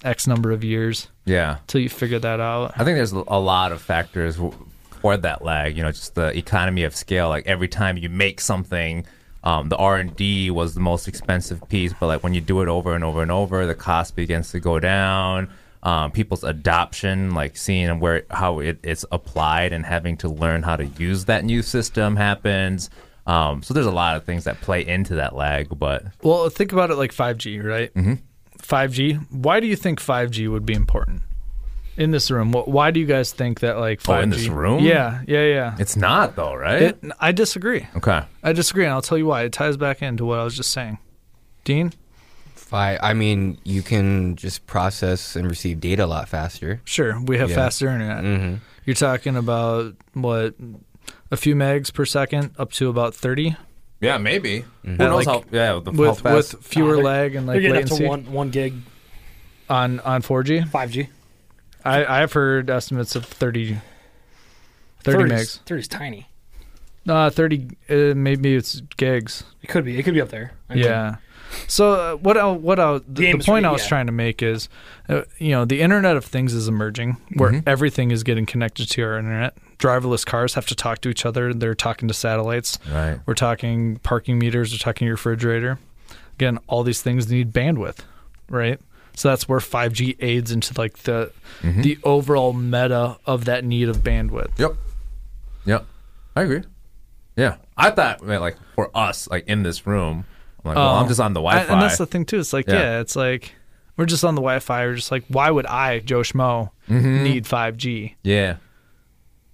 X number of years yeah. till you figure that out. I think there's a lot of factors w- for that lag. You know, just the economy of scale. Like every time you make something, um, the R and D was the most expensive piece, but like when you do it over and over and over, the cost begins to go down. Um, people's adoption, like seeing where how it, it's applied and having to learn how to use that new system, happens. Um, so there's a lot of things that play into that lag, but Well, think about it like 5G, right? Mm-hmm. 5G. Why do you think 5G would be important in this room? What, why do you guys think that like 5G? Oh, in this room? Yeah, yeah, yeah. it's not though, right? It, I disagree. okay. I disagree, and I'll tell you why. It ties back into what I was just saying. Dean? Fi I mean, you can just process and receive data a lot faster. Mm-hmm. Sure, we have Yeah. faster internet. Mm. You're talking about what a few megs per second up to about 30 Yeah, maybe. Who Mm-hmm. Yeah, knows like, how? Yeah, the, how with fast- with fewer They're- lag *laughs* and They're like getting up latency to one one gig, on on 4G. five G. I I've heard estimates of 30 30 megs. Thirty's tiny. Uh, thirty. Uh, maybe it's gigs. It could be. It could be up there. I mean, Yeah. So uh, what? I, what? I, the, aim the is point right, I was yeah. trying to make is, uh, you know, the Internet of Things is emerging, where everything is getting connected to our internet. Driverless cars have to talk to each other. They're talking to satellites. right. We're talking parking meters. We're talking your refrigerator. Again, all these things need bandwidth, right? So that's where 5G aids into like the the overall meta of that need of bandwidth. Yep. Yep. I agree. Yeah. I thought man, like for us, like in this room, I'm like, well, I'm Oh. just on the I- Wi-Fi. and that's the thing too. It's like, Yeah. yeah, it's like we're just on the Wi-Fi. We're just like, why would I, Joe Schmo, Mm-hmm. need 5G? yeah.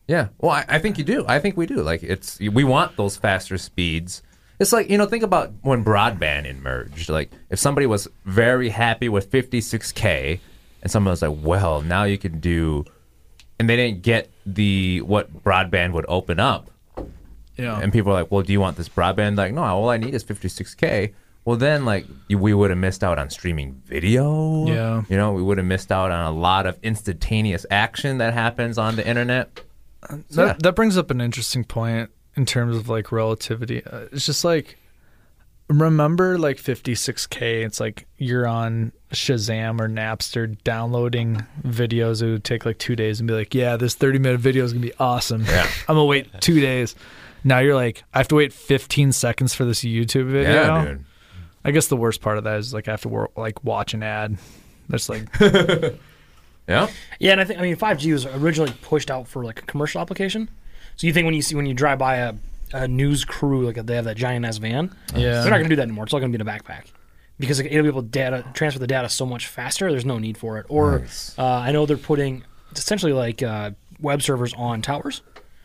Yeah. Well, I, I think you do. I think we do. Like it's we want those faster speeds. It's like, you know, think about when broadband emerged. Like if somebody was very happy with 56k and someone was like, "Well, now you can do" and they didn't get the what broadband would open up. Yeah. and people are like, "Well, do you want this broadband?" Like, no, all I need is 56k. Well, then like you- we would have missed out on streaming video. Yeah. you know, we would have missed out on a lot of instantaneous action that happens on the internet. that, yeah. that brings up an interesting point in terms of like relativity. Uh, it's just like remember like 56k. It's like you're on Shazam or Napster downloading videos. It would take like two days and be like, yeah, this 30 minute video is gonna be awesome. *laughs* Yeah. I'm gonna wait two days. Now you're like, I have to wait 15 seconds for this YouTube video. dude. I guess the worst part of that is like I have to wor- like watch an ad. That's *laughs* like Yeah, Yeah, and I think I mean 5G was originally pushed out for like a commercial application. So you think when you see when you drive by a, a news crew like they have that giant ass van, they're not yeah. gonna do that anymore. It's all gonna be in a backpack because it'll be able to data transfer the data so much faster. There's no need for it. Or Nice. uh, I know they're putting it's essentially like uh, web servers on towers.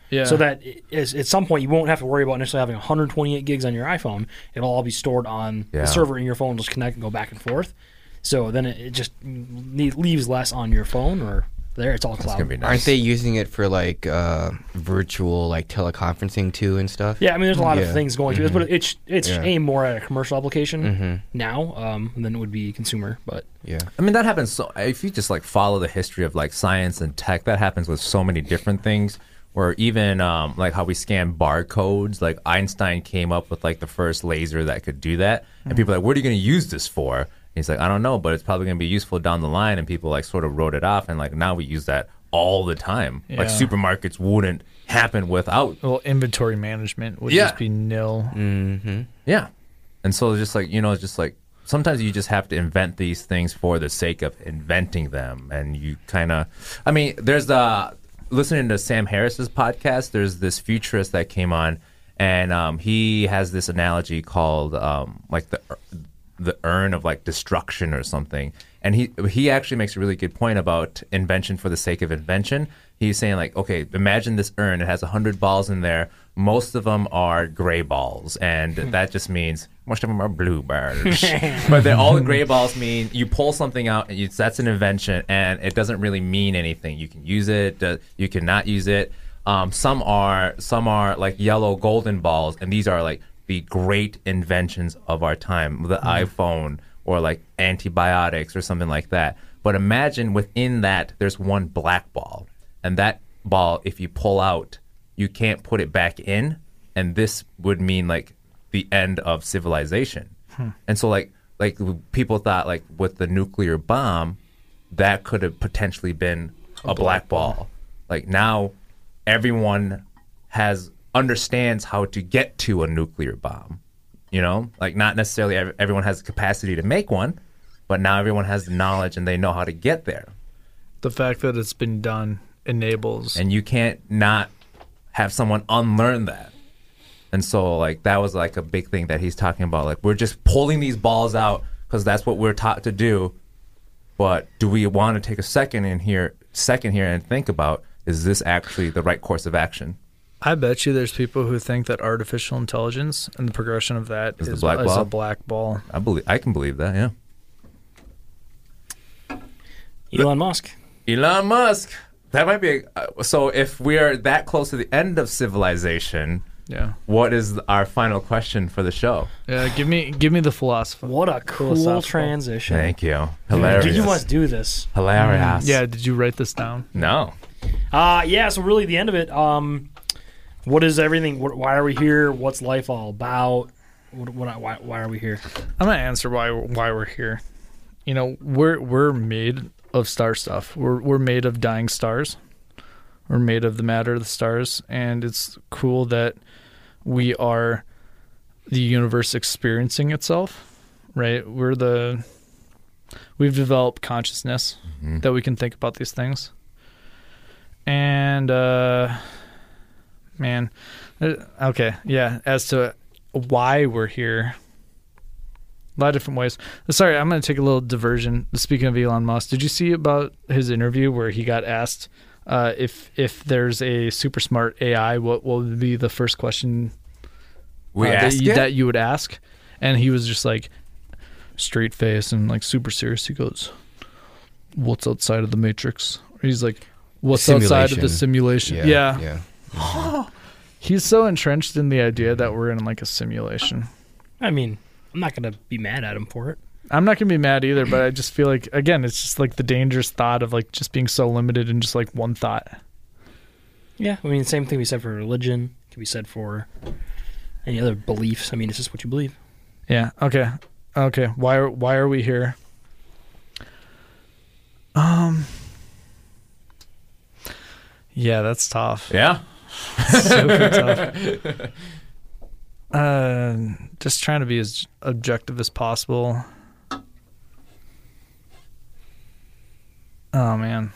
yeah. So that i- is, at some point you won't have to worry about necessarily having 128 gigs on your iPhone. It'll all be stored on Yeah. the server in your phone. Just connect and go back and forth. So then it, it just ne- leaves less on your phone or there. It's all It's gonna cloud. be nice. Aren't they using it for like uh, virtual like teleconferencing too and stuff? Yeah, I mean, there's a lot Yeah. of things going to this, Mm-hmm. but it's it's Yeah. aimed more at a commercial application Mhm. now um, than it would be consumer. But Yeah. I mean, that happens. So if you just like follow the history of like science and tech, that happens with so many different things. Or even um, like how we scan barcodes. Like Einstein came up with like the first laser that could do that, and people are like, "What are you going to use this for?" And he's like, "I don't know, but it's probably going to be useful down the line." And people like sort of wrote it off, and like now we use that all the time. Like Yeah. supermarkets wouldn't happen without Well, inventory management would Yeah. Mm. just be nil. Yeah. And so it's just like, you know, it's just like sometimes you just have to invent these things for the sake of inventing them. And you kind of, I mean, there's the, listening to Sam Harris's podcast, there's this futurist that came on and um, he has this analogy called um, like the, the urn of like destruction or something. And he he actually makes a really good point about invention for the sake of invention. He's saying like, okay, imagine this urn. It has hundred balls in there. Most of them are gray balls, and that just means most of them are blue balls. but they're all gray balls mean you pull something out. And you, that's an invention, and it doesn't really mean anything. You can use it. Uh, you cannot use it. Um, some are some are like yellow golden balls, and these are like the great inventions of our time, the iPhone or like antibiotics or something like that. But imagine within that, there's one black ball. And that ball, if you pull out, you can't put it back in. And this would mean like the end of civilization. And so, like, like people thought, like with the nuclear bomb, that could have potentially been a, black ball. Like now, everyone has understands how to get to a nuclear bomb. You know, like not necessarily ev- everyone has the capacity to make one, but now everyone has the knowledge and they know how to get there. The fact that it's been done enables. And you can't not have someone unlearn that. And so, like that was like a big thing that he's talking about. Like we're just pulling these balls out because that's what we're taught to do. But do we want to take a second in here, second here, and think about is this actually the right course of action? I bet you there's people who think that artificial intelligence and the progression of that Is is, the black is ball? a black ball. I believe I can believe that. Yeah. Elon Musk, Elon Musk. That might be. A, uh, so if we are that close to the end of civilization, Yeah. what is our final question for the show? Yeah. Give me give me the philosopher. what a cool Philosophical. transition! Thank you. Dude, Hilarious. you must do this. Hilarious. Yeah. Did you write this down? No. Uh, yeah, so really the end of it, um, what is everything? What, why are we here? What's life all about? What, what, why, why are we here? I'm gonna answer why why we're here. You know, we're we're made of star stuff. We're we're made of dying stars. We're made of the matter of the stars, and it's cool that we are the universe experiencing itself, right? We're the we've developed consciousness that we can think about these things, and uh, man, uh, okay, yeah. As to why we're here, a lot of different ways. Sorry, I'm going to take a little diversion. Speaking of Elon Musk, did you see about his interview where he got asked uh, if if there's a super smart AI, what what would be the first question We uh, that, asked you, it? that you would ask? And he was just like straight face and like super serious. He goes, "What's outside of the matrix?" He's like, "What's outside of the simulation?" Yeah. Yeah. He's so entrenched in the idea that we're in like a simulation. I mean, I'm not gonna be mad at him for it. I'm not gonna be mad either, but I just feel like again, it's just like the dangerous thought of like just being so limited in just like one thought. Yeah, I mean, same thing we said for religion can be said for any other beliefs. I mean, it's just what you believe. Yeah. Okay. Okay. Why are Why are we here? Um. Yeah, that's tough. Yeah. Super tough. Uh, just trying to be as objective as possible. Oh man.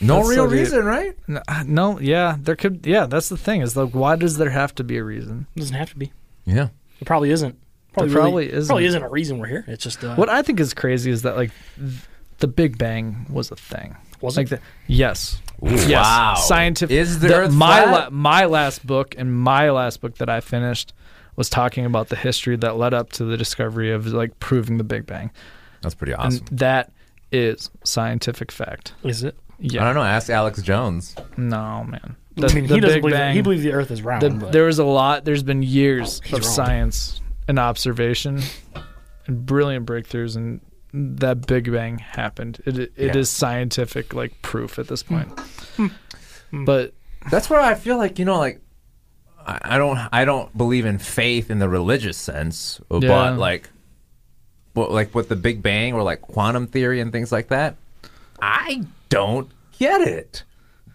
No That's real so deep. reason, right? No, uh, no, yeah, there could. Yeah, that's the thing. Is like, why does there have to be a reason? It doesn't have to be. Yeah. It probably isn't. Probably, There really- probably isn't. Probably isn't a reason we're here. It's just uh, What I think is crazy is that like th- the Big Bang was a thing. was Like it? the yes, yes, Wow. scientific. Oh. Is the Earth my flat? la- my last book and my last book that I finished was talking about the history that led up to the discovery of like proving the Big Bang. That's pretty awesome. And that is scientific fact. Is it? I Yeah. don't know. Ask Alex Jones. No, man. The, I mean, the he doesn't Big believe Bang. he believes the Earth is round. the- but there was a lot. There's been years He's of wrong. science and observation and brilliant breakthroughs, and that Big Bang happened. It it is Yeah. scientific like proof at this point. Hmm. But That's where I feel like you know, like I, I don't, I don't believe in faith in the religious sense, Yeah. but like, but like with the Big Bang or like quantum theory and things like that, I don't get it.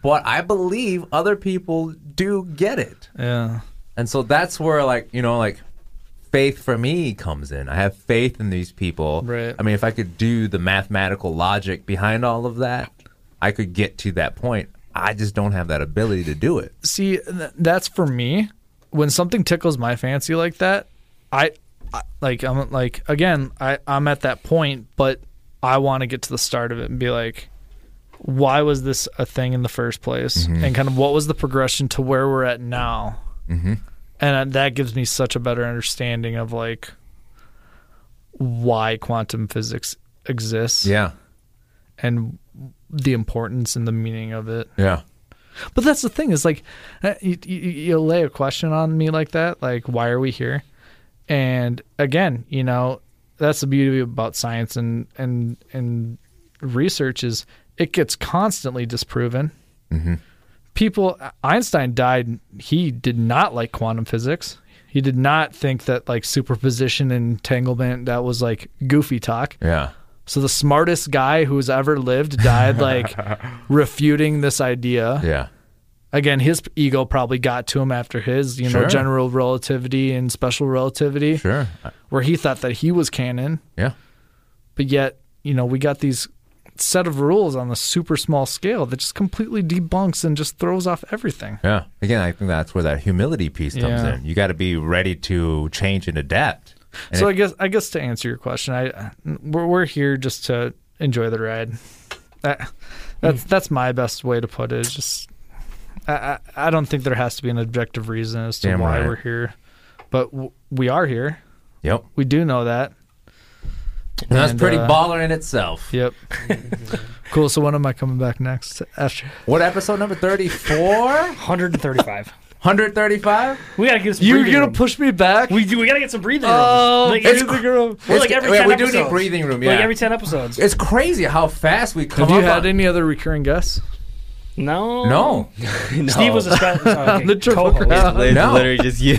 But I believe other people do get it, yeah, and so that's where like you know, like faith for me comes in. I have faith in these people. Right. I mean, if I could do the mathematical logic behind all of that, I could get to that point. I just don't have that ability to do it. see, th- that's for me. When something tickles my fancy like that, I, I like I'm like again I I'm at that point, but I want to get to the start of it and be like. Why was this a thing in the first place? And kind of what was the progression to where we're at now? and uh, that gives me such a better understanding of like why quantum physics exists Yeah. and the importance and the meaning of it Yeah. but that's the thing is like uh, you, you, you lay a question on me like that like why are we here and again you know that's the beauty about science and and and research is it gets constantly disproven people einstein died he did not like quantum physics he did not think that like superposition and entanglement that was like goofy talk Yeah. so the smartest guy who's ever lived died like refuting this idea Yeah. again his ego probably got to him after his you know Sure. general relativity and special relativity Sure. I- where he thought that he was canon Yeah. but yet you know we got these set of rules on the super small scale that just completely debunks and just throws off everything Yeah. Again, I think that's where that humility piece comes Yeah. in. You got to be ready to change and adapt. And so it- i guess i guess to answer your question i we're, we're here just to enjoy the ride that, that's Mm. that's my best way to put it is just I, I i don't think there has to be an objective reason as to Damn why right. we're here but w- we are here yep. we do know that And that's And, pretty uh, baller in itself. Yep. cool. So when am I coming back next? After What episode number *laughs* 34? 135. 135? we gotta get some. you're breathing gonna room. push me back? We do. We gotta get some breathing room. oh, Like, it's every- girl. We're like every yeah, 10 we do episodes. need breathing room. Yeah. like every ten *laughs* episodes. it's crazy how fast we come Have you up had on- any other recurring guests? No, No, Steve was a special. The triple crown. It's No. literally just you.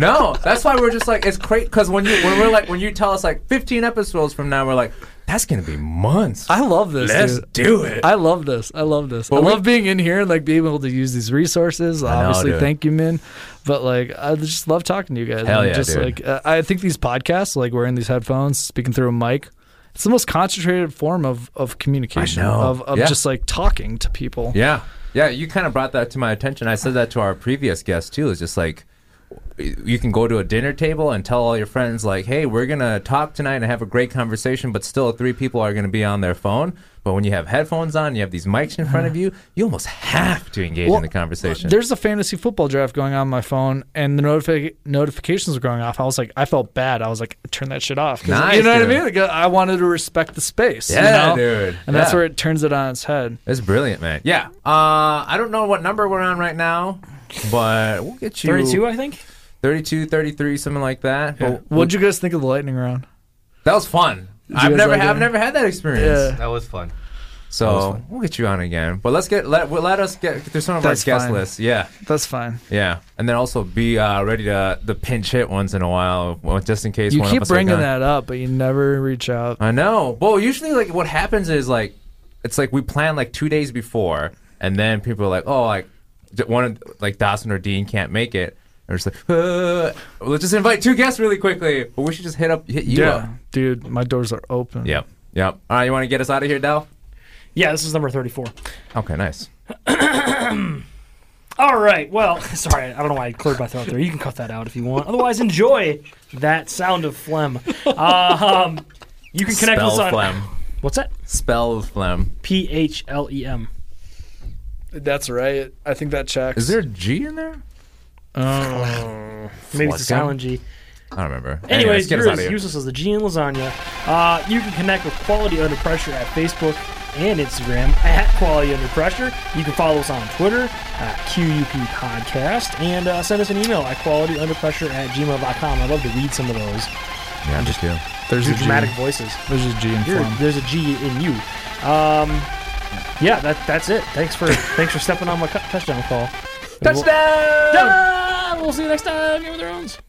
no. That's why we're just like it's crazy because when you when we're like when you tell us like 15 episodes from now, we're like that's gonna be months. I love this. Let's dude. do it. I love this. I love this. I Well, we- love being in here and like being able to use these resources. know, Obviously, dude. thank you, Min. But like, I just love talking to you guys. Hell And yeah, just dude. like uh, I think these podcasts, like wearing these headphones, speaking through a mic, it's the most concentrated form of of communication know. of of Yeah. just like talking to people. Yeah. Yeah, you kind of brought that to my attention. I said that to our previous guest too. It's just like you can go to a dinner table and tell all your friends like, "Hey, we're going to talk tonight and have a great conversation," but still three people are going to be on their phone. But when you have headphones on, you have these mics in *sighs* front of you, you almost have to engage Well, in the conversation. There's a fantasy football draft going on, my phone, and the notifi- notifications were going off. I was like, I felt bad. I was like, turn that shit off. 'Cause- Nice, you know what I dude. mean? Like, I wanted to respect the space. you Yeah, know? dude. And that's Yeah. where it turns it on its head. That's brilliant, man. Yeah. Uh, I don't know what number we're on right now, but we'll get you Thirty-two, I think. 32 33 something like that. But What'd you guys think of the lightning round? that was fun. I've guys never like I've it? never had that experience. Yeah. That was fun. So we'll get you on again, but let's get let well, let us get through some of That's our guest fine. lists. Yeah, That's fine. yeah, and then also be uh, ready to the pinch hit once in a while, well, just in case. You one of keep us are bringing gone. that up, but you never reach out. I know. Well, usually like what happens is like it's like we plan like two days before, and then people are like, oh, like d- one of like Dawson or Dean can't make it. And we're just like, uh, let's just invite two guests really quickly. But we should just hit up hit you up. Dude, my doors are open. Yep, yep. All right, you want to get us out of here, Dell? Yeah, this is number thirty-four. Okay, nice. All right. Well, *laughs* sorry, I don't know why I cleared my throat there. You can cut that out if you want. Otherwise, enjoy that sound of phlegm. Uh, um, you can connect Spell with us on phlegm. what's that? Spell phlegm. P H L E M. That's right. I think that checks. Is there a G in there? Oh. Uh, Maybe What's it's a that? silent G. I don't remember. Anyways, get us you're outta as here. useless as the G in lasagna. Uh, you can connect with Quality Under Pressure at Facebook and Instagram at Quality Under Pressure. You can follow us on Twitter at QUP Podcast and uh, send us an email at qualityunderpressure at gmail.com. I'd love to read some of those Yeah, I'm just kidding. There's a Your G. dramatic voices. There's a G in You're- phlegm. there's a G in you. Um, yeah, that, that's it. Thanks for thanks for stepping on my cu- touchdown call. Touchdown! We'll see you next time. Game of Thrones.